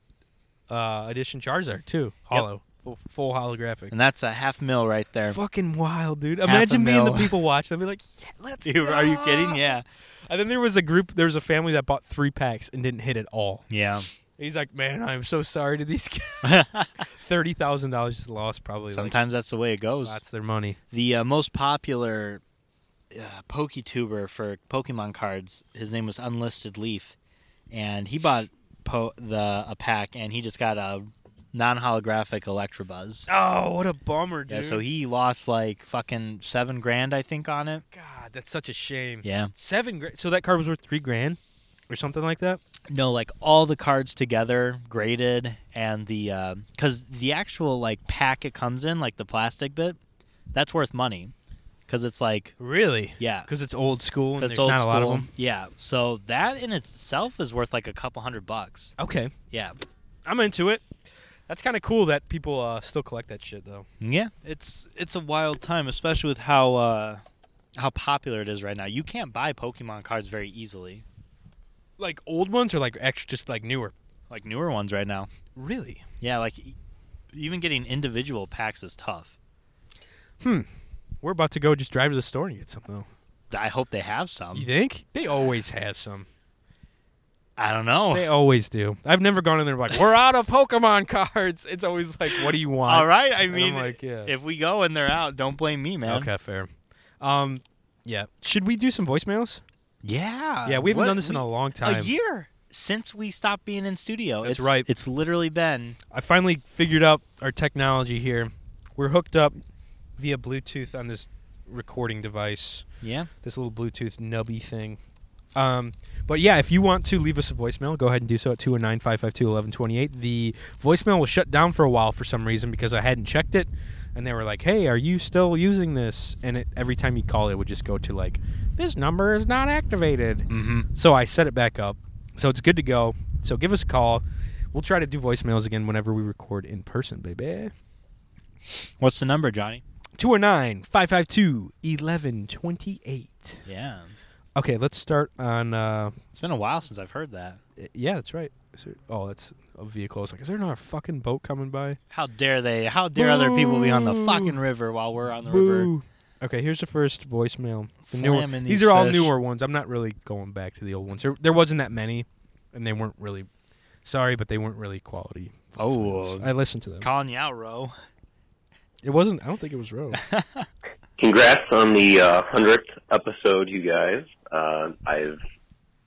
A: uh, edition Charizard too, hollow, full, full holographic.
B: And that's a half mil right there.
A: Fucking wild, dude!
B: Half a
A: Imagine being the
B: mil.
A: people watch. They'd be like, "Yeah, let's."
B: Dude, are you
A: go!"
B: kidding? Yeah.
A: And then there was a group. There was a family that bought three packs and didn't hit at all.
B: Yeah.
A: He's like, "Man, I'm so sorry to these guys. Thirty thousand dollars is lost, probably. Sometimes
B: Sometimes that's the way it
A: like,
B: goes.
A: that's their money.
B: the uh, most popular uh, PokeTuber for Pokemon cards, his name was Unlisted Leaf, and he bought po- the a pack, and he just got a non-holographic Electrobuzz.
A: Oh, what a bummer, dude.
B: Yeah, so he lost like fucking seven grand, I think, on it.
A: God, that's such a shame.
B: Yeah.
A: Seven grand. So that card was worth three grand, or something like that.
B: No, like all the cards together, graded, and the because the actual like pack it comes in, like the plastic bit, that's worth money, because it's like
A: Really?
B: yeah,
A: Because it's old school and
B: That's
A: there's
B: old
A: not a lot of
B: school.
A: them.
B: Yeah. So that in itself is worth like a couple hundred bucks.
A: Okay,
B: Yeah.
A: I'm into it. That's kind of cool that people uh, still collect that shit though.
B: Yeah. It's it's a wild time, especially with how uh how popular it is right now. You can't buy Pokemon cards very easily.
A: Like old ones or like extra, just like newer.
B: Like newer ones right now.
A: Really?
B: Yeah, like e- even getting individual packs is tough.
A: We're about to go just drive to the store and get some though.
B: I hope they have some.
A: You think? They always have some.
B: I don't know.
A: They always do. I've never gone in there like, we're out of Pokemon cards. It's always like, what do you want?
B: All right. I
A: I'm
B: mean,
A: like, yeah.
B: if we go and they're out, don't blame me, man.
A: Okay, fair. Um, yeah. Should we do some voicemails?
B: Yeah.
A: yeah, we haven't
B: Uh, What-
A: done this in
B: we-
A: a long time.
B: A year since we stopped being in studio.
A: That's
B: it's,
A: right.
B: It's literally been
A: I finally figured out our technology here. We're hooked up via Bluetooth on this recording device,
B: yeah.
A: this little Bluetooth nubby thing. Um, but yeah, if you want to leave us a voicemail, go ahead and do so at 209 552 1128. The voicemail was shut down for a while for some reason because I hadn't checked it. And they were like, hey, are you still using this? And it, every time you call, it would just go to like, this number is not activated.
B: Mm-hmm.
A: So I set it back up. So it's good to go. So give us a call. We'll try to do voicemails again whenever we record in person, baby.
B: What's the number, Johnny?
A: 209 552 1128.
B: Yeah.
A: Okay, let's start on. Uh,
B: It's been a while since I've heard that.
A: yeah, that's right. Is there- oh, that's a vehicle. It's like, is there another fucking boat coming by?
B: How dare they? How dare other people be on the fucking river while we're on the river?
A: Boo. Okay, here's the first voicemail. The newer,
B: Slamming
A: these
B: these
A: are all
B: fish.
A: newer ones. I'm not really going back to the old ones. There, there wasn't that many, and they weren't really. Sorry, but they weren't really quality.
B: Oh.
A: voicemails. I listened to them.
B: Calling you out, Ro.
A: It wasn't. I don't think it was Rose.
D: congrats on the uh, 100th episode, you guys. Uh, I've,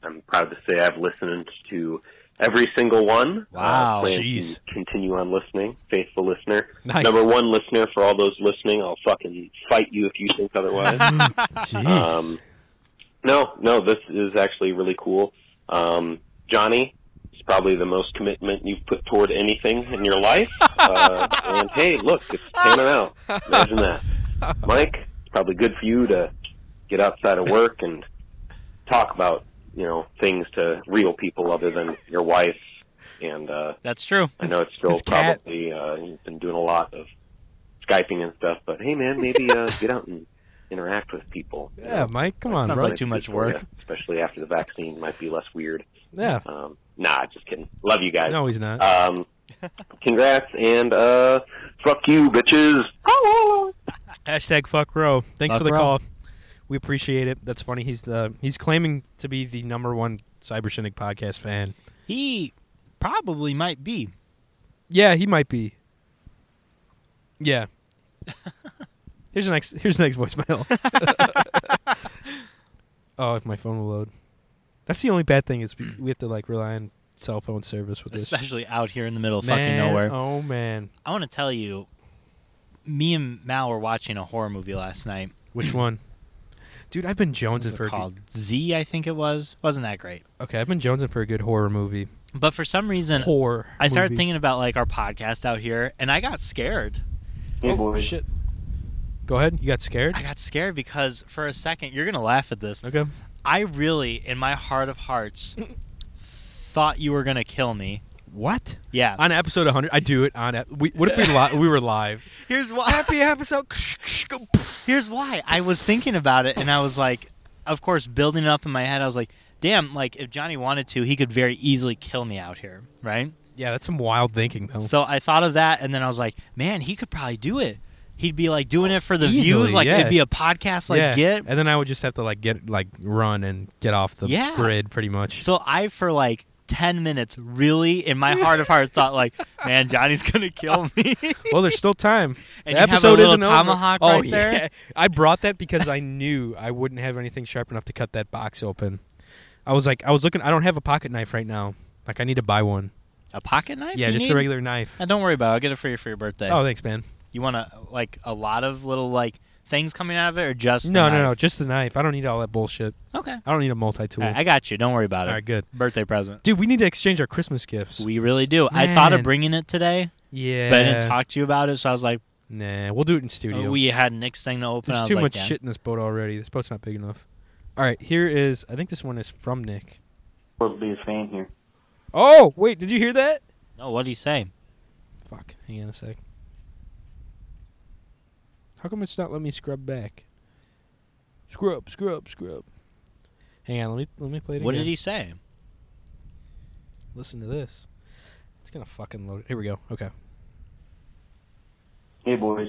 D: I'm proud to say I've listened to every single one.
B: Wow,
D: uh, plan to
A: jeez.
D: Continue on listening, faithful listener.
A: Nice.
D: Number one listener for all those listening. I'll fucking fight you if you think otherwise.
A: Mm,
D: Um, no, no, this is actually really cool. Um, Johnny, it's probably the most commitment you've put toward anything in your life. Uh, and hey, look, it's panning out. Imagine that. Mike, it's probably good for you to get outside of work and talk about, you know, things to real people other than your wife. And uh,
B: That's true.
D: I know it's still
A: his cat.
D: probably, uh, you've been doing a lot of Skyping and stuff, but hey, man, maybe uh, get out and interact with people. you
A: yeah, Mike, come on,
B: sounds
A: bro.
B: like- too much work.
D: especially after the vaccine, might be less weird.
A: yeah.
D: Um, nah, just kidding. Love you guys.
A: No, he's not.
D: Um, congrats and uh, fuck you, bitches.
A: Hashtag fuck Roe. Thanks
B: Fuck
A: for the
B: Roe.
A: call. We appreciate it. That's funny. He's the he's claiming to be the number one Cyber Shindig podcast fan.
B: He probably might be.
A: Yeah, he might be. Yeah. here's the next. Here's the next voicemail. Oh, if my phone will load. That's the only bad thing is we we have to like rely on cell phone service with this.
B: especially out here in the middle of fucking
A: Man,
B: nowhere.
A: Oh man,
B: I want to tell you, me and Mal were watching a horror movie last night.
A: which one? Dude, I've been jonesing
B: What's
A: for
B: it
A: a good,
B: called? Z, I think it was. Wasn't that great?
A: okay. I've been jonesing for a good horror movie.
B: But for some reason,
A: horror.
B: I started
A: movie.
B: thinking about like our podcast out here, and I got scared.
D: Hey,
A: Oh,
D: boys.
A: shit. Go ahead. You got scared?
B: I got scared because for a second, you're gonna laugh at this.
A: Okay.
B: I really, in my heart of hearts, thought you were gonna kill me.
A: What?
B: Yeah.
A: On episode 100, I do it on. ep- We, what if we li- we were live?
B: Here's why.
A: Happy episode.
B: Here's why. I was thinking about it, and I was like, of course, building it up in my head. I was like, damn, like if Johnny wanted to, he could very easily kill me out here, right?
A: yeah, that's some wild thinking though.
B: So I thought of that, and then I was like, man, he could probably do it. He'd be like doing it for the
A: Easily,
B: views, like
A: yeah.
B: it'd be a podcast, like
A: yeah.
B: get.
A: and then I would just have to like get like run and get off the
B: Yeah.
A: grid pretty much.
B: So I, for like 10 minutes, really in my heart of hearts thought, like, man, Johnny's going to kill me.
A: well, there's still time.
B: And
A: the
B: you have a
A: episode
B: little
A: isn't over.
B: tomahawk
A: oh,
B: right there?
A: yeah. I brought that because I knew I wouldn't have anything sharp enough to cut that box open. I was like, I was looking. I don't have a pocket knife right now. Like, I need to buy one.
B: a pocket knife?
A: yeah,
B: you
A: just
B: need?
A: a regular knife.
B: Uh, don't worry about it. I'll get it for you for your birthday.
A: Oh, thanks, man.
B: You want to, like, a lot of little, like, things coming out of it or just. the
A: No, no, no,
B: knife?
A: just the knife. I don't need all that bullshit.
B: Okay.
A: I don't need a multi-tool.
B: All right, I got you. Don't worry about it.
A: All right, good.
B: Birthday present.
A: Dude, we need to exchange our Christmas gifts.
B: We really do. I thought of
A: Man.
B: bringing it today,
A: yeah.
B: but I didn't talk to you about it, so I was like,
A: Nah, we'll do it in
B: oh,
A: studio.
B: we had Nick's thing to open. I
A: There's
B: was
A: too
B: like,
A: much
B: "Yeah."
A: shit in this boat already. This boat's not big enough. All right, here is. I think this one is from Nick.
D: World biggest fan here.
A: Oh wait, did you hear that?
B: Oh, what do you say?
A: Fuck. Hang on a sec. How come it's not letting me scrub back? Scrub, scrub, scrub. Hang on, let me let me play it
B: What
A: again.
B: did he say?
A: Listen to this. It's gonna fucking load. Here we go. Okay.
E: Hey boys,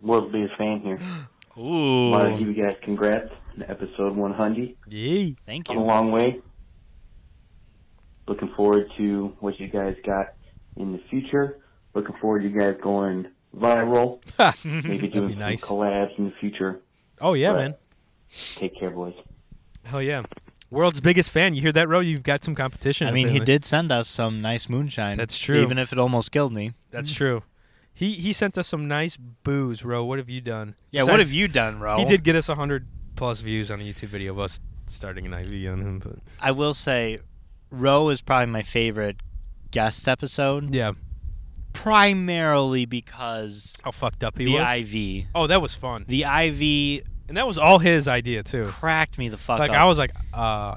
E: world's biggest fan here. Want to give
B: Ooh.
E: you guys congrats on episode 100.
A: Yay.
B: Thank
E: Come a
B: you.
E: long way. Looking forward to what you guys got in the future. Looking forward to you guys going viral. Maybe
A: That'd
E: doing
A: be
E: some
A: nice.
E: collabs in the future.
A: Oh yeah,
E: But
A: man.
E: Take care, boys.
A: Hell yeah. World's biggest fan. You hear that, Ro? You've got some competition.
B: I mean, he
A: apparently.
B: did send us some nice moonshine.
A: That's true.
B: Even if it almost killed me.
A: That's true. He he sent us some nice booze, Ro. What have you done?
B: Yeah, what
A: Besides-
B: have you done, Ro?
A: He did get us hundred plus views on a YouTube video of us starting an IV on him, but
B: I will say, Ro is probably my favorite guest episode,
A: yeah,
B: primarily because
A: how fucked up he
B: the
A: was.
B: IV.
A: oh, that was fun,
B: The IV
A: and that was all his idea too.
B: cracked me the fuck
A: Like
B: up.
A: I was like, uh,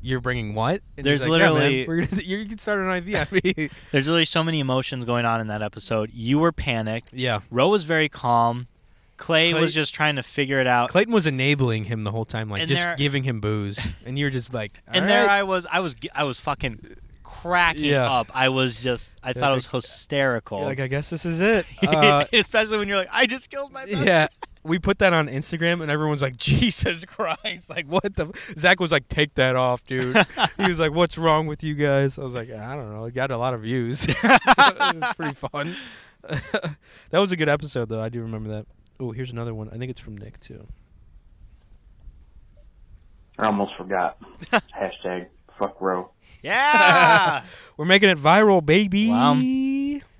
A: "You're bringing what?" And
B: There's
A: he's like, "Yeah, man,
B: literally-
A: we're gonna, you can start an IV on me.
B: There's really so many emotions going on in that episode. You were panicked.
A: yeah,
B: Ro was very calm. Clay,
A: Clay-
B: was just trying to figure it out.
A: Clayton was enabling him the whole time, like
B: And
A: just
B: there-
A: giving him booze, and you're just like,
B: and
A: "All
B: there
A: right."
B: I was. I was. I was fucking cracking
A: Yeah.
B: up. I was just. I thought it was hysterical.
A: You're like I guess this is it. Uh,
B: Especially when you're like, I just killed my best
A: Yeah. We put that on Instagram and everyone's like, Jesus Christ. Like, what the? Zach was like, take that off, dude. he was like, what's wrong with you guys? I was like, I don't know. It got a lot of views. so it was pretty fun. that was a good episode, though. I do remember that. Oh, here's another one. I think it's from Nick, too.
E: I almost forgot. Hashtag fuck row.
B: Yeah.
A: We're making it viral, baby.
B: Wow.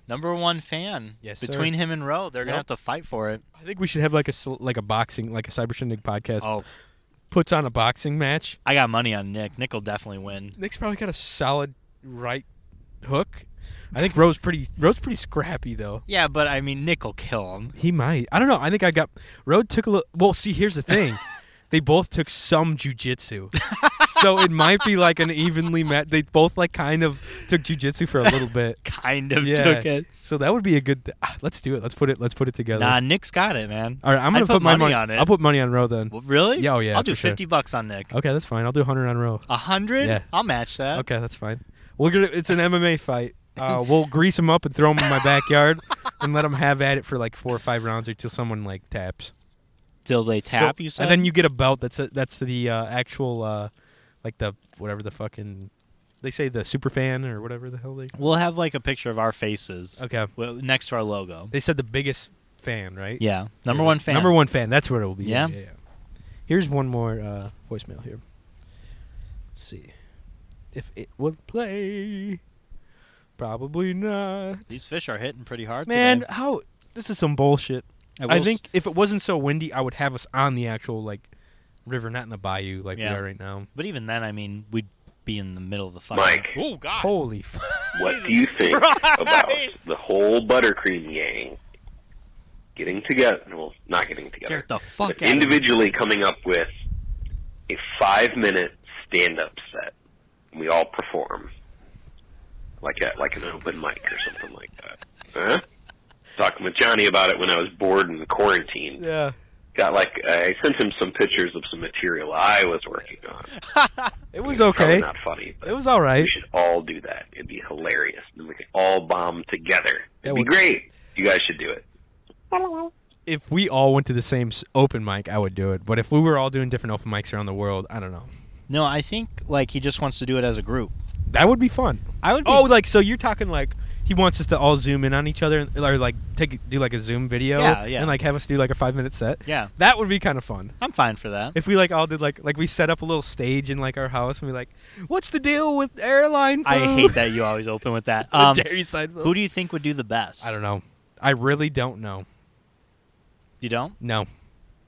B: Number one fan.
A: Yes,
B: Between him and Roe, they're gonna
A: Yep.
B: have to fight for it.
A: I think we should have like a sl- like a boxing like a Cyber Shindig podcast
B: Oh,
A: puts on a boxing match.
B: I got money on Nick. Nick will definitely win.
A: Nick's probably got a solid right hook. I think Ro's pretty Ro's pretty scrappy though.
B: Yeah, but I mean, Nick will kill him.
A: He might. I don't know. I think I got Road took a little. Well, see, here's the thing. they both took some jujitsu, so it might be like an evenly matched. They both like kind of took jujitsu for a little bit.
B: Kind of
A: Yeah.
B: took it.
A: So that would be a good. ah, let's do it. Let's put it. Let's put it together.
B: Nah, Nick's got it, man.
A: All right, I'm
B: I'd
A: gonna
B: put
A: my
B: money
A: mon-
B: on it.
A: I'll put money on Roe then.
B: Well, really?
A: Yeah, oh, yeah,
B: I'll do
A: for sure.
B: fifty bucks on Nick.
A: Okay, that's fine. I'll do 100 on Roe.
B: A hundred?
A: Yeah.
B: I'll match that.
A: Okay, that's fine. We're gonna. It's an MMA fight. Uh, we'll grease him up and throw him in my backyard, and let him have at it for like four or five rounds or till someone like taps.
B: Till they tap
A: So-
B: you. Said?
A: and then you get a belt that's a, that's the uh, actual uh, like the whatever the fucking they say the super fan or whatever the hell they
B: we'll have like a picture of our faces.
A: okay
B: Well, next to our logo.
A: they said the biggest fan right
B: Yeah, number one fan.
A: number one fan that's what it will be
B: Yeah.
A: yeah, yeah. here's one more uh, voicemail here Let's see if it will play. Probably not.
B: These fish are hitting pretty hard.
A: Man,
B: today.
A: how this is some bullshit.
B: will
A: I
B: s-
A: think if it wasn't so windy, I would have us on the actual like river, not in the bayou like
B: Yeah.
A: we are right now.
B: but even then, I mean, we'd be in the middle of the fucking.
D: Mike.
B: Oh God.
A: Holy fuck!
D: What do you think about the whole buttercream gang getting together? Well, not getting together.
B: Get the fuck
D: but
B: out of here.
D: individually coming up with a five-minute stand-up set. We all perform like a, like an open mic or something like that. Huh? Talking with Johnny about it when I was bored in quarantine.
A: Yeah,
D: Got like I sent him some pictures of some material I was working on.
A: it was
D: Probably
A: okay.
D: not funny. But
A: It was all right.
D: we should all do that. It'd be hilarious. And we could all bomb together.
A: That
D: It'd be
A: would-
D: great. You guys should do it.
A: If we all went to the same s- open mic, I would do it. But if we were all doing different open mics around the world, I don't know.
B: No, I think like he just wants to do it as a group.
A: That would be fun.
B: I would. Be,
A: Oh, like so you're talking like he wants us to all zoom in on each other and, or like take do like a Zoom video
B: Yeah, yeah.
A: and like have us do like a five minute set.
B: Yeah.
A: that would be kind of fun.
B: I'm fine for that.
A: If we like all did like like we set up a little stage in like our house and we like, what's the deal with airline?
B: I
A: food?"
B: hate that you always open with that.
A: The
B: Um,
A: Jerry Seinfeld.
B: who do you think would do the best?
A: I don't know. I really don't know.
B: You don't?
A: No,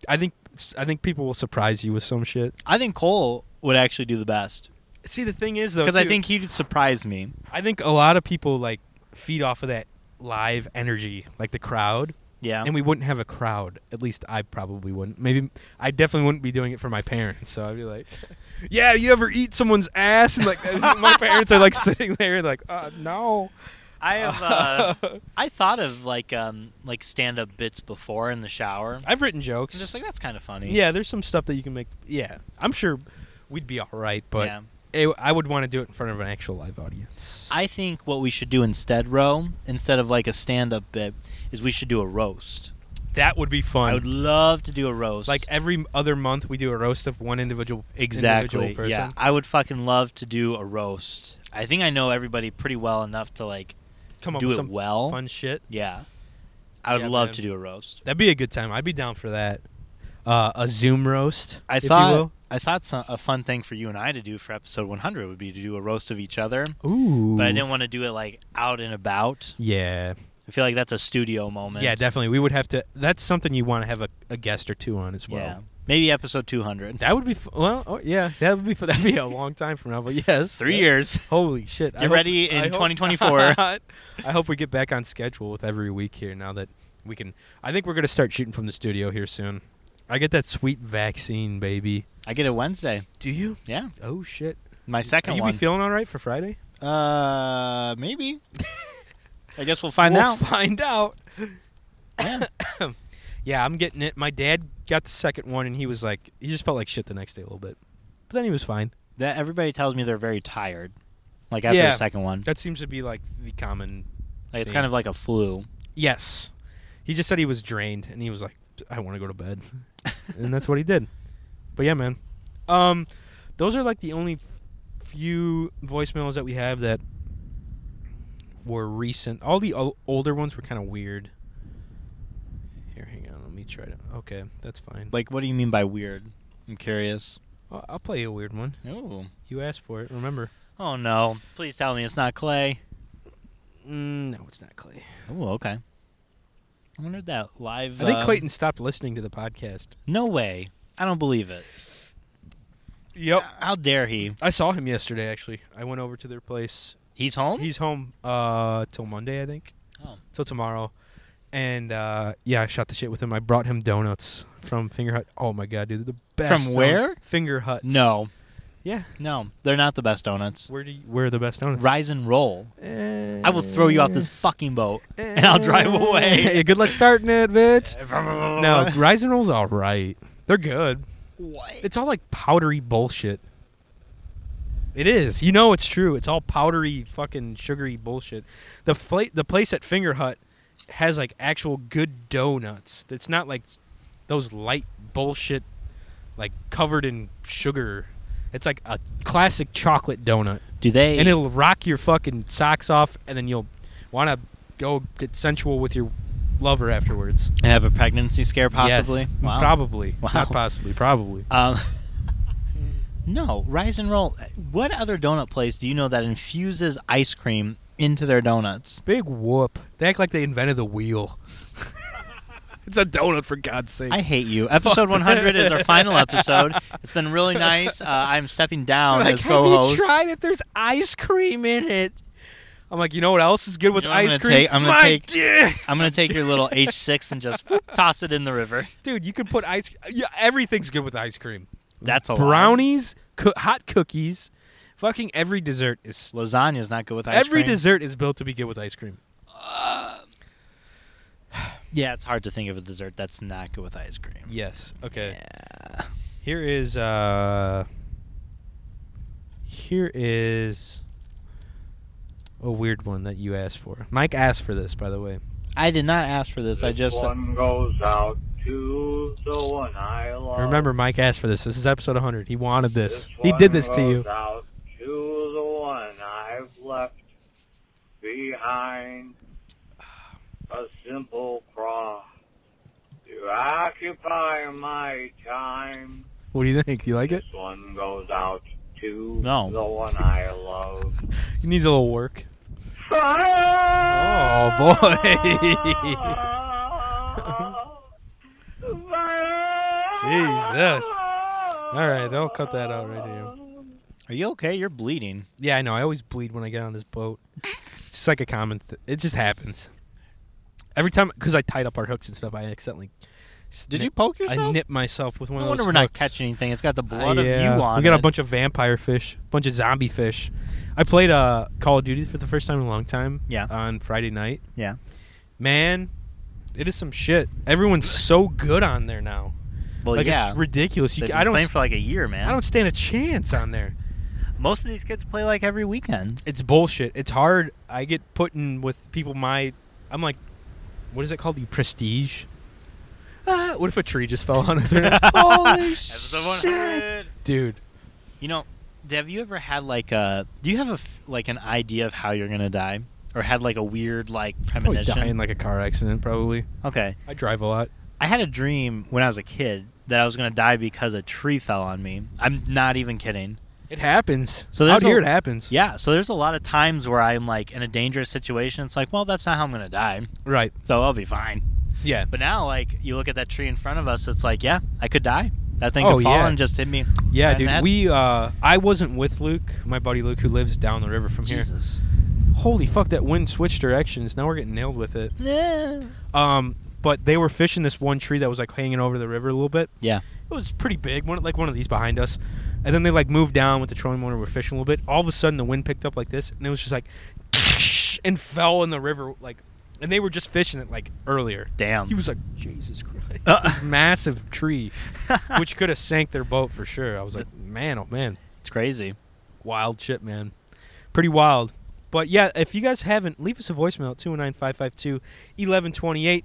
A: I think I think people will surprise you with some shit.
B: I think Cole would actually do the best
A: See, the thing is though,
B: because I
A: too,
B: think he'd surprise me.
A: I think a lot of people like feed off of that live energy, like the crowd.
B: Yeah.
A: and we wouldn't have a crowd. At least I probably wouldn't. Maybe I definitely wouldn't be doing it for my parents. So I'd be like, "Yeah, you ever eat someone's ass?" And like my parents are like sitting there, like, uh, "No."
B: I have. Uh, I thought of like um like stand up bits before in the shower. I'm
A: I've written jokes.
B: just like that's kind of funny.
A: yeah, there's some stuff that you can make. Yeah, I'm sure we'd be all right, but
B: Yeah.
A: it- I would want to do it in front of an actual live audience.
B: I think what we should do instead, Ro, instead of like a stand up bit, is we should do a roast.
A: that would be fun.
B: I would love to do a roast.
A: like every other month, we do a roast of one individual
B: exactly.
A: individual person.
B: Yeah. I would fucking love to do a roast. I think I know everybody pretty well enough to like
A: Come up
B: do
A: with
B: it
A: some
B: well.
A: fun shit.
B: Yeah. I would
A: Yeah,
B: love
A: man.
B: to do a roast.
A: That'd be a good time. I'd be down for that. Uh, a Zoom roast.
B: I
A: if you
B: thought
A: will.
B: I thought some, a fun thing for you and I to do for episode 100 would be to do a roast of each other,
A: Ooh.
B: but I didn't want to do it like out and about.
A: Yeah.
B: I feel like that's a studio moment.
A: Yeah, definitely. We would have to. That's something you want to have a, a guest or two on as well.
B: Yeah. Maybe episode 200.
A: That would be. F- well, oh, yeah. That would be. f- That'd be a long time from now. But yes.
B: 3 years.
A: Holy shit.
B: Get ready in
A: I hope
B: 2024.
A: not. I hope we get back on schedule with every week here now that we can. I think we're going to start shooting from the studio here soon. I get that sweet vaccine, baby.
B: I get it Wednesday.
A: Do you?
B: Yeah.
A: Oh, shit.
B: My second
A: Can you
B: one.
A: be feeling all right for Friday?
B: uh, maybe. I guess we'll find
A: we'll
B: out.
A: find out.
B: Yeah.
A: Yeah, I'm getting it. My dad got the second one, and he was like, he just felt like shit the next day a little bit, but then he was fine.
B: That everybody tells me they're very tired. Like after
A: Yeah.
B: the second one,
A: That seems to be like the common.
B: like it's
A: thing.
B: kind of like a flu.
A: Yes, he just said he was drained, and he was like, I want to go to bed, and that's what he did. But yeah, man, um, those are like the only few voicemails that we have that were recent. All the o- older ones were kind of weird. Here, hang on. Let me try to. Okay, that's fine.
B: Like, what do you mean by weird? I'm curious.
A: I'll I'll play you a weird one.
B: Oh,
A: You asked for it. Remember.
B: oh no! Please tell me it's not clay.
A: Mm, no, it's not Clay.
B: Oh, okay. I wonder if that live.
A: I think
B: um,
A: Clayton stopped listening to the podcast.
B: No way! I don't believe it.
A: Yep.
B: How dare he?
A: I saw him yesterday. Actually, I went over to their place.
B: He's home.
A: He's home uh till Monday, I think.
B: Oh.
A: Till tomorrow, and uh yeah, I shot the shit with him. I brought him donuts from Finger Hut. Oh my god, dude, the best.
B: From
A: donut-
B: where?
A: Finger Hut.
B: no,
A: Yeah.
B: no, they're not the best donuts.
A: Where do you, where are the best donuts?
B: Rise and roll.
A: Eh,
B: I will throw you off this fucking boat, and I'll drive away.
A: Hey, Eh. good luck starting it, bitch. no, Rise and Roll's all right. They're good.
B: What?
A: It's all like powdery bullshit. It is. You know it's true. It's all powdery, fucking sugary bullshit. The fla- the place at Finger Hut has like actual good donuts. It's not like those light bullshit, like covered in sugar. It's like a classic chocolate donut,
B: Do they?
A: and it'll rock your fucking socks off, and then you'll want to go get sensual with your lover afterwards.
B: and have a pregnancy scare
A: Yes.
B: possibly. Wow.
A: probably,
B: Wow.
A: not possibly, probably.
B: Um, No, Rise and Roll. What other donut place do you know that infuses ice cream into their donuts?
A: Big whoop. They act like they invented the wheel. it's a donut, for God's sake.
B: I hate you. Episode 100 is our final episode. It's been really nice. Uh, I'm stepping down
A: like,
B: as
A: have you
B: co-host.
A: tried it? There's ice cream in it. I'm like, you know what else is good with
B: know what I'm
A: ice
B: gonna
A: cream?
B: take? I'm gonna
A: My
B: take-
A: dick!
B: I'm gonna take your little H6 and just toss it in the river.
A: Dude, you can put ice. Yeah, everything's good with ice cream.
B: That's a
A: Brownies, coo- hot cookies, fucking every dessert is.
B: Lie. Lasagna's not good with ice
A: every
B: cream.
A: dessert is built to be good with ice cream.
B: yeah, it's hard to think of a dessert that's not good with ice cream.
A: Yes. Okay. Here is uh here is a weird one that you asked for. Mike asked for this, by the way.
B: I did not ask for this. I just
F: one goes out to the one I love.
B: Uh,
A: Remember Mike asked for this. This is episode 100. He wanted this. he did this to
B: uh,
A: you.
F: Out to the one I've left behind. A simple cross to occupy my time.
A: What do you think? You like it?
F: This one goes out to
B: No.
F: the one I love.
A: It needs a little work.
F: Oh
A: boy. Jesus. All right, they'll cut that out right here.
B: Are you okay? You're bleeding.
A: Yeah, I know. I always bleed when I get on this boat. It's just like a common. Th- it just happens. Every time, because I tied up our hooks and stuff, I accidentally.
B: Did
A: snip-
B: you poke yourself?
A: I nipped myself with one
B: No
A: of
B: wonder
A: those.
B: we're not
A: hooks.
B: catching anything. It's got the
A: Uh,
B: blood
A: yeah.
B: of you on
A: We got
B: it.
A: a bunch of vampire fish, bunch of zombie fish. I played uh, Call of Duty for the first time in a long time.
B: Yeah.
A: On Friday night,
B: Yeah.
A: man, it is some shit. Everyone's so good on there now.
B: Well,
A: like
B: yeah.
A: it's ridiculous. You,
B: They've
A: ca-
B: been
A: I don't.
B: playing
A: s-
B: for like a year, man.
A: I don't stand a chance on there.
B: Most of these kids play like every weekend.
A: it's bullshit. It's hard. I get put in with people my I'm like what is it called? The prestige? Ah, what if a tree just fell on us? Holy shit. Dude.
B: You know, have you ever had like a? Do you have a f- like an idea of how you're gonna die, or had like a weird like
A: Probably
B: premonition?
A: die in like a car accident probably.
B: okay,
A: I drive a lot.
B: I had a dream when I was a kid that I was gonna die because a tree fell on me. I'm not even kidding.
A: It happens.
B: So
A: So
B: there's
A: out
B: a-
A: here it happens.
B: Yeah, so there's a lot of times where I'm like in a dangerous situation. It's like, well, that's not how I'm gonna die,
A: Right.
B: so I'll be fine.
A: Yeah.
B: But now, like, you look at that tree in front of us, it's like, yeah, I could die. That thing
A: Oh,
B: could fall
A: yeah.
B: and just hit me.
A: Yeah,
B: right in the
A: dude.
B: head.
A: We uh I wasn't with Luke, my buddy Luke who lives down the river from
B: Jesus.
A: here. Holy fuck that wind switched directions. Now we're getting nailed with it.
B: Yeah.
A: Um but they were fishing this one tree that was like hanging over the river a little bit.
B: Yeah.
A: it was pretty big, one like one of these behind us. And then they like moved down with the trolling motor. We're fishing a little bit. All of a sudden, the wind picked up like this, and it was just like, and fell in the river like. And they were just fishing it like earlier.
B: Damn.
A: He was like, Jesus Christ,
B: Uh.
A: This massive tree, which could have sank their boat for sure. I was like, man, oh man,
B: It's crazy.
A: wild shit, man, pretty wild. But yeah, if you guys haven't, leave us a voicemail at 209-552-1128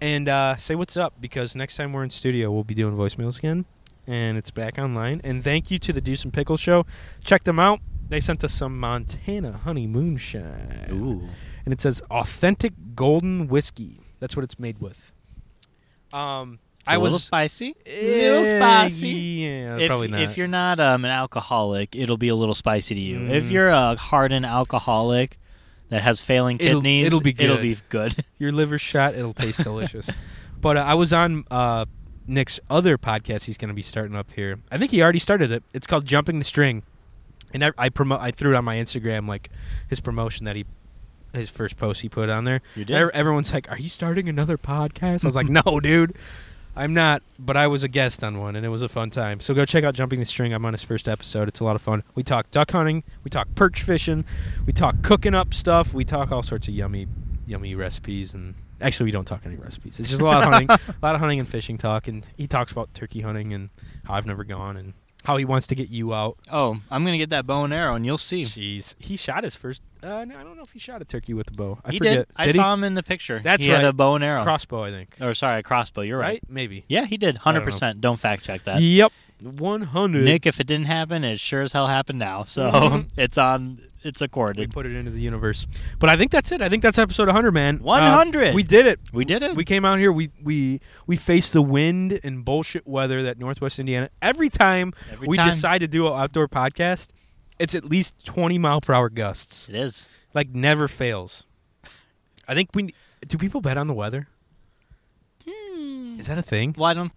A: and uh, say what's up because next time we're in studio, we'll be doing voicemails again and it's back online. And thank you to the Deuce and Pickle Show. Check them out. They sent us some Montana Honey Moonshine. And it says authentic golden whiskey. That's what it's made with. Um,
B: It's
A: I
B: a little
A: was Eh,
B: spicy. little spicy.
A: Yeah,
B: If,
A: probably not.
B: if you're not um, an alcoholic, it'll be a little spicy to you. If
A: Mm.
B: you're a hardened alcoholic that has failing
A: It'll-
B: kidneys,
A: it'll be
B: It'll
A: good.
B: be good.
A: your liver's shot. It'll taste delicious. But uh, I was on uh, Nick's other podcast. He's going to be starting up here. I think he already started it. It's called Jumping the String, and I, I promote. I threw it on my Instagram, like his promotion that he. His first post he put on there.
B: You did?
A: Ev- Everyone's like, "Are you starting another podcast?" I was like, "No, dude, I'm not." But I was a guest on one, and it was a fun time. So go check out "Jumping the String." I'm on his first episode. It's a lot of fun. We talk duck hunting, we talk perch fishing, we talk cooking up stuff, we talk all sorts of yummy yummy recipes and actually we don't talk any recipes. It's just a lot of hunting, a lot of hunting and fishing talk and he talks about turkey hunting and how I've never gone and how he wants to get you out.
B: Oh, I'm gonna get that bow and arrow, and you'll see.
A: Jeez, he shot his first uh, no, I don't know if he shot a turkey with a bow. I
B: he
A: forget.
B: did. I
A: he?
B: saw him in the picture.
A: That's
B: he
A: right.
B: had a bow and arrow,
A: crossbow, I think.
B: or sorry, a crossbow. You're right.
A: Right? Maybe.
B: Yeah, he did. Hundred percent. Don't fact check that.
A: Yep. 100.
B: Nick, if it didn't happen, it sure as hell happened now. So it's on. it's
A: We
B: accorded.
A: put it into the universe. But I think that's it. I think that's episode 100, man. Uh,
B: 100.
A: we did it.
B: We did it.
A: We came out here. We we we faced the wind and bullshit weather that Northwest Indiana. Every time
B: Every
A: we
B: time.
A: decide to do an outdoor podcast, it's at least 20 mile per hour gusts.
B: it is.
A: Like never fails. I think we do. People bet on the weather. Is that a thing?
B: Hmm. Well, I don't.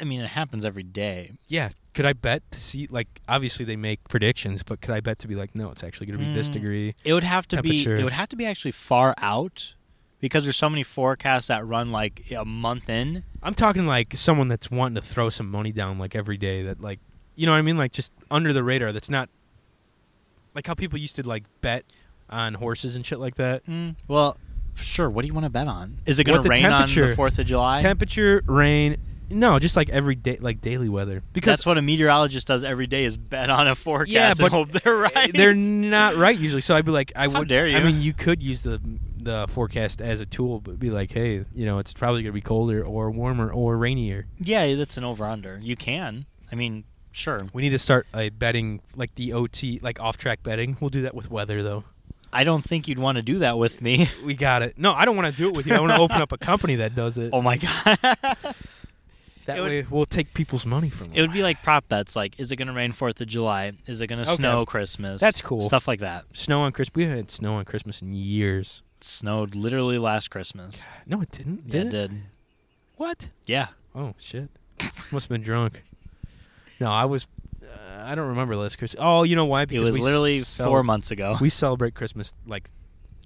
B: I mean, it happens every day.
A: Yeah. Could I bet to see? Like, obviously they make predictions, but could I bet to be like, no, it's actually going to be this
B: Mm.
A: degree?
B: It would have to be.
A: Temperature.
B: It would have to be actually far out, because there's so many forecasts that run like a month in.
A: I'm talking like someone that's wanting to throw some money down like every day that like you know what I mean like just under the radar that's not like how people used to like bet on horses and shit like that.
B: Mm, well, sure. What do you want to bet on? Is it going
A: What
B: to
A: the
B: rain on the
A: temperature-
B: Fourth of July?
A: Temperature, rain, no, just like every day like daily weather because
B: That's what a meteorologist does every day: is bet on a forecast
A: Yeah, but
B: and hope they're right.
A: they're not right usually. So I'd be like I
B: How
A: would
B: dare
A: I
B: you.
A: mean you could use the the forecast as a tool but be like hey, you know, it's probably going to be colder or warmer or rainier.
B: yeah, that's an over/under. You can. I mean, sure.
A: We need to start a betting like the OT like off-track betting. We'll do that with weather though.
B: I don't think you'd want to do that with me.
A: We got it. No, I don't want to do it with you. I want to open up a company that does it.
B: Oh my god.
A: that
B: it would-
A: way, we'll take people's money from
B: It would be like prop bets. Like, is it going to rain Fourth of July? Is it going to
A: Okay.
B: snow Christmas?
A: That's cool.
B: Stuff like that.
A: snow on Christmas. We haven't had snow on Christmas in years.
B: It snowed literally last Christmas.
A: No, it didn't.
B: yeah,
A: Did
B: it did.
A: What?
B: Yeah.
A: Oh shit! Must have been drunk. No, I was. Uh, I don't remember last Christmas. Oh, you know why?
B: It
A: Because
B: was
A: we
B: literally
A: cel-
B: four months ago.
A: We celebrate Christmas like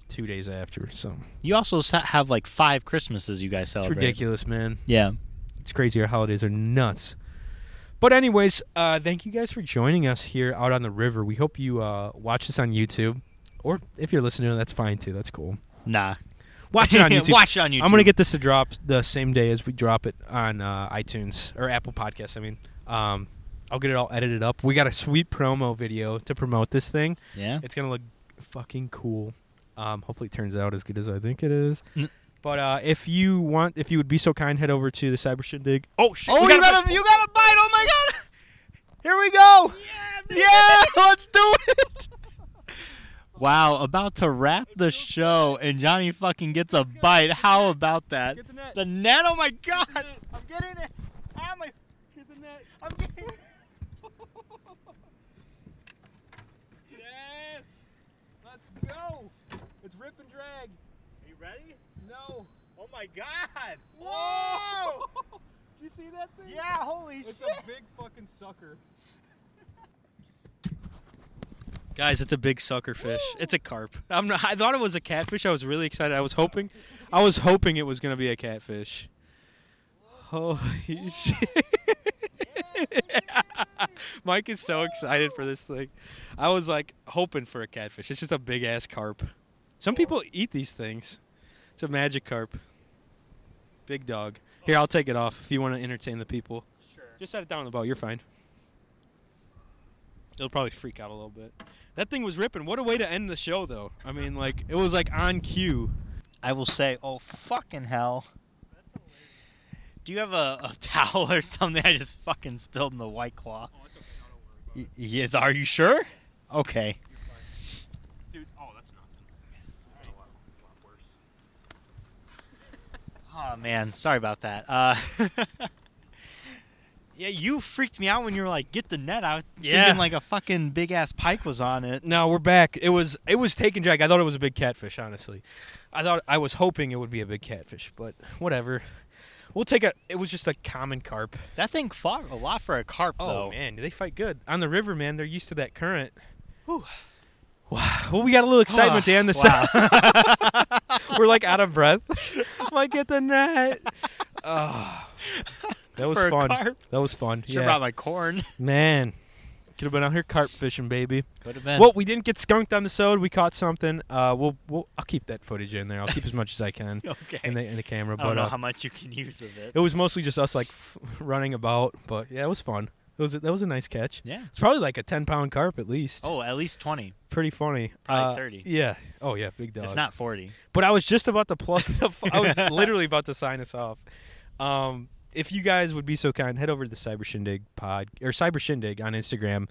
A: two days after. So
B: you also sa- have like five Christmases you guys
A: it's
B: celebrate.
A: ridiculous, man.
B: Yeah.
A: It's crazy. Our holidays are nuts. But anyways, uh, thank you guys for joining us here out on the river. We hope you uh, watch this on YouTube, or if you're listening, that's fine too. That's cool.
B: Nah.
A: Watch it on YouTube.
B: Watch it on YouTube.
A: I'm gonna get this to drop the same day as we drop it on uh, iTunes or Apple Podcasts. I mean, um, I'll get it all edited up. We got a sweet promo video to promote this thing.
B: Yeah.
A: It's gonna look fucking cool. Um, hopefully, it turns out as good as I think it is.
B: N-
A: But uh, if you want, if you would be so kind, head over to the Cyber Shindig. Oh shit!
B: Oh,
A: we
B: you
A: gotta-
B: got a you got a bite. Oh my god. Here we go. Yeah. let's do it. Wow, about to wrap the show and Johnny fucking gets a bite. How about that?
A: Get the net.
B: The net. Oh my god. I'm getting it. Ah, my- I'm getting it.
A: Yes! Let's go! It's rip and drag. Are you ready? No.
B: Oh my god. Whoa.
A: Did you see that thing?
B: Yeah, holy shit.
A: big fucking sucker.
B: Guys, it's a big sucker fish. It's a carp.
A: I'm not, I thought it was a catfish. I was really excited. I was hoping, I was hoping it was gonna be a catfish. Holy shit! Mike is so excited for this thing. I was like hoping for a catfish. It's just a big ass carp. Some people eat these things. It's a magic carp. Big dog. Here, I'll take it off if you want to entertain the people. Sure. Just set it down on the boat. You're fine. It'll probably freak out a little bit. That thing was ripping. What a way to end the show, though. I mean, like it was like on cue.
B: I will say, oh fucking hell. Do you have a, a towel or something? I just fucking spilled in the white claw. Y- Yes, are you sure? Okay.
A: Dude, oh, that's nothing.
B: Oh man, sorry about that. Uh, yeah, you freaked me out when you were like, "Get the net out,"
A: Yeah.
B: thinking like a fucking big ass pike was on it.
A: No, we're back. It was it was taking drag. I thought it was a big catfish. Honestly, I thought I was hoping it would be a big catfish, but whatever. We'll take a. It was just a common carp.
B: That thing fought a lot for a carp,
A: Oh
B: though.
A: man, they fight good on the river, man. They're used to that current. Wow. Well, we got a little excitement to end this.
B: Wow. Ah,
A: We're like out of breath. Might get the net. Oh, that was
B: For a
A: fun.
B: carp.
A: That was fun.
B: Should have
A: yeah.
B: brought my corn.
A: Man, could have been out here carp fishing, baby.
B: Could have been.
A: Well, we didn't get skunked on the sode. We caught something. Uh, we'll, we'll I'll keep that footage in there. I'll keep as much as I can
B: okay.
A: in the in the camera.
B: I don't
A: but
B: know
A: uh,
B: how much you can use of it.
A: it was mostly just us like f- running about. But yeah, it was fun. It was a, that was a nice catch.
B: Yeah.
A: it's probably like a ten pound carp at least.
B: Oh, at least twenty,
A: pretty funny.
B: probably
A: Uh,
B: 30.
A: Yeah. Oh yeah, big dog.
B: if not forty.
A: But I was just about to plug the. F- I was literally about to sign us off. Um, if you guys would be so kind, head over to the Cyber Shindig pod or Cyber Shindig on Instagram,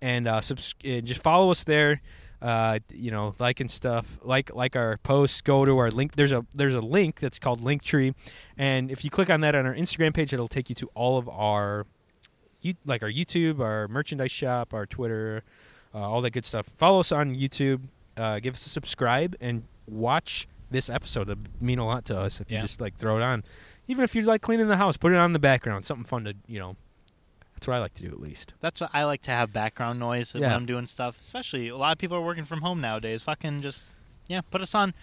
A: and uh, subs- and just follow us there. uh, you know, liking stuff, like like our posts, go to our link. There's a there's a link that's called Linktree, and if you click on that on our Instagram page, it'll take you to all of our, you like our YouTube, our merchandise shop, our Twitter, uh, all that good stuff. Follow us on YouTube, uh, give us a subscribe, and watch this episode. It'd mean a lot to us if
B: Yeah.
A: you just like throw it on, even if you're like cleaning the house, put it on in the background, something fun to you know. That's what I like to do at least.
B: That's what I like to have background noise when
A: Yeah.
B: I'm doing stuff. Especially a lot of people are working from home nowadays. Fucking just yeah, put us on.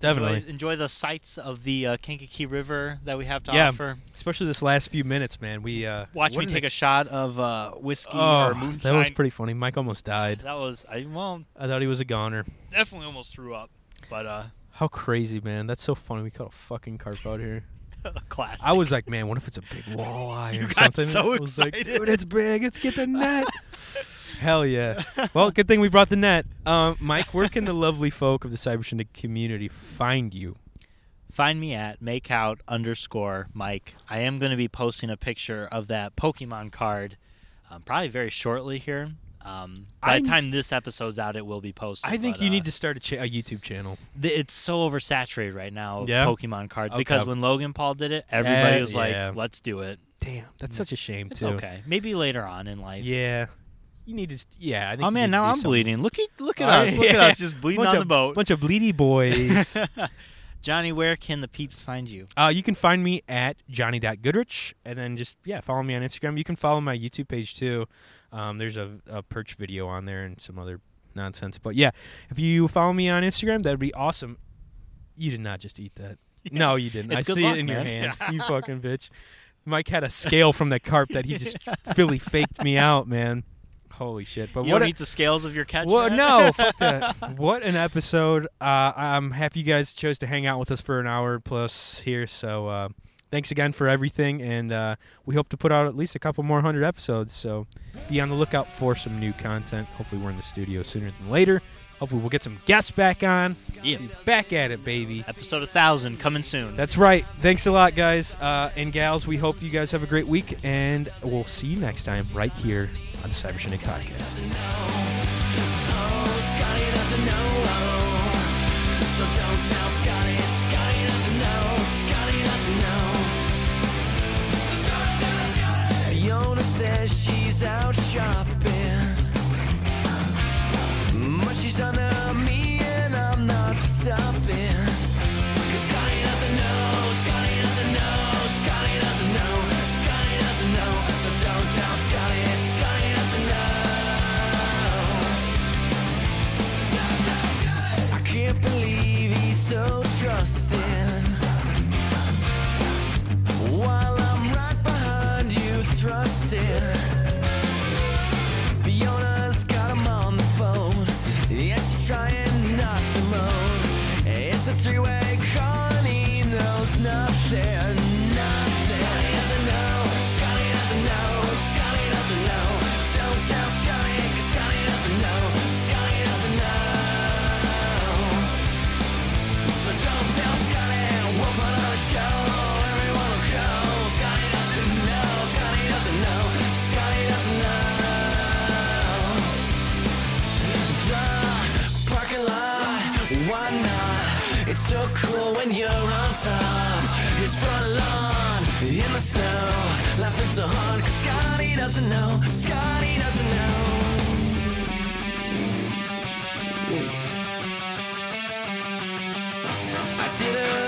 A: Definitely.
B: enjoy, enjoy the sights of the uh, Kankakee River that we have to
A: Yeah.
B: offer.
A: Especially this last few minutes, man. We uh,
B: Watch
A: what
B: me
A: an
B: take a
A: ex-
B: shot of uh, whiskey
A: Oh,
B: or moonshine.
A: that was pretty funny. Mike almost died.
B: That was I well
A: I thought he was a goner.
B: definitely almost threw up, but uh,
A: How crazy, man! That's so funny. We caught a fucking carp out here.
B: classic.
A: I was like, man, what if it's a big walleye
B: You
A: or
B: got
A: something?
B: so
A: I was like,
B: excited.
A: dude, it's big. Let's get the net. Hell yeah! Well, good thing we brought the net. Um, Mike, where can the lovely folk of the Cyber Shindig community find you?
B: Find me at makeout underscore Mike. I am going to be posting a picture of that Pokemon card, um, probably very shortly here. Um, by
A: I'm-
B: the time this episode's out, it will be posted.
A: I think
B: but,
A: you
B: uh,
A: need to start a, cha- a YouTube channel.
B: th- it's so oversaturated right now of
A: Yeah?
B: Pokemon cards
A: Okay.
B: because when Logan Paul did it, everybody
A: Eh,
B: was like,
A: yeah.
B: "Let's do it."
A: Damn, that's such a shame
B: Mm. It's
A: too.
B: okay. Maybe later on in life.
A: Yeah, you need to. s- Yeah, I think.
B: Oh
A: you need
B: man,
A: to
B: now
A: do
B: I'm
A: something.
B: bleeding. Look at look at
A: Uh,
B: us. Look at
A: yeah.
B: us just bleeding
A: bunch
B: on
A: of,
B: the boat.
A: Bunch of bleedy boys.
B: Johnny, where can the peeps find you?
A: Uh, you can find me at johnny.goodrich and then just, yeah, follow me on Instagram. You can follow my YouTube page too. Um, there's a, a perch video on there and some other nonsense. But yeah, if you follow me on Instagram, that'd be awesome. You did not just eat that. No, you didn't.
B: It's
A: I
B: good
A: see
B: luck,
A: it in your
B: man.
A: hand. You fucking bitch. Mike had a scale from the carp that he just Philly faked me out, man. Holy shit. But
B: You
A: what
B: don't
A: a-
B: eat the scales of your catch.
A: well,
B: man?
A: no, fuck that. What an episode! Uh, I'm happy you guys chose to hang out with us for an hour plus here. So uh, thanks again for everything, and uh, we hope to put out at least a couple more hundred episodes. So be on the lookout for some new content. Hopefully, we're in the studio sooner than later. Hopefully, we'll get some guests back on.
B: Yeah.
A: Back at it, baby.
B: Episode 1000 coming soon.
A: That's right. Thanks a lot, guys uh, and gals. We hope you guys have a great week, and we'll see you next time right here on the Cyber Shindig Podcast.
G: Fiona says she's out shopping. But she's under me and I'm not stopping. 'Cause Scotty doesn't know, Scotty doesn't know, Scotty doesn't know, Scotty doesn't know. So don't tell Scotty, Scotty doesn't know. I can't believe he's so trusting. While I'm right behind you thrusting Fiona's got him on the phone Yeah, she's trying not to moan It's a three-way call and he knows nothing Nothing Scotty doesn't know Scotty doesn't know Scotty doesn't know Don't tell Scotty 'cause Scotty doesn't know Scotty doesn't know so don't tell Scotty, we'll put on a show. Everyone will come. Scotty doesn't know. Scotty doesn't know. Scotty doesn't know. The parking lot, why not? It's so cool when you're on top. His front lawn in the snow, laughing so hard 'cause Scotty doesn't know. Scotty doesn't know. I did a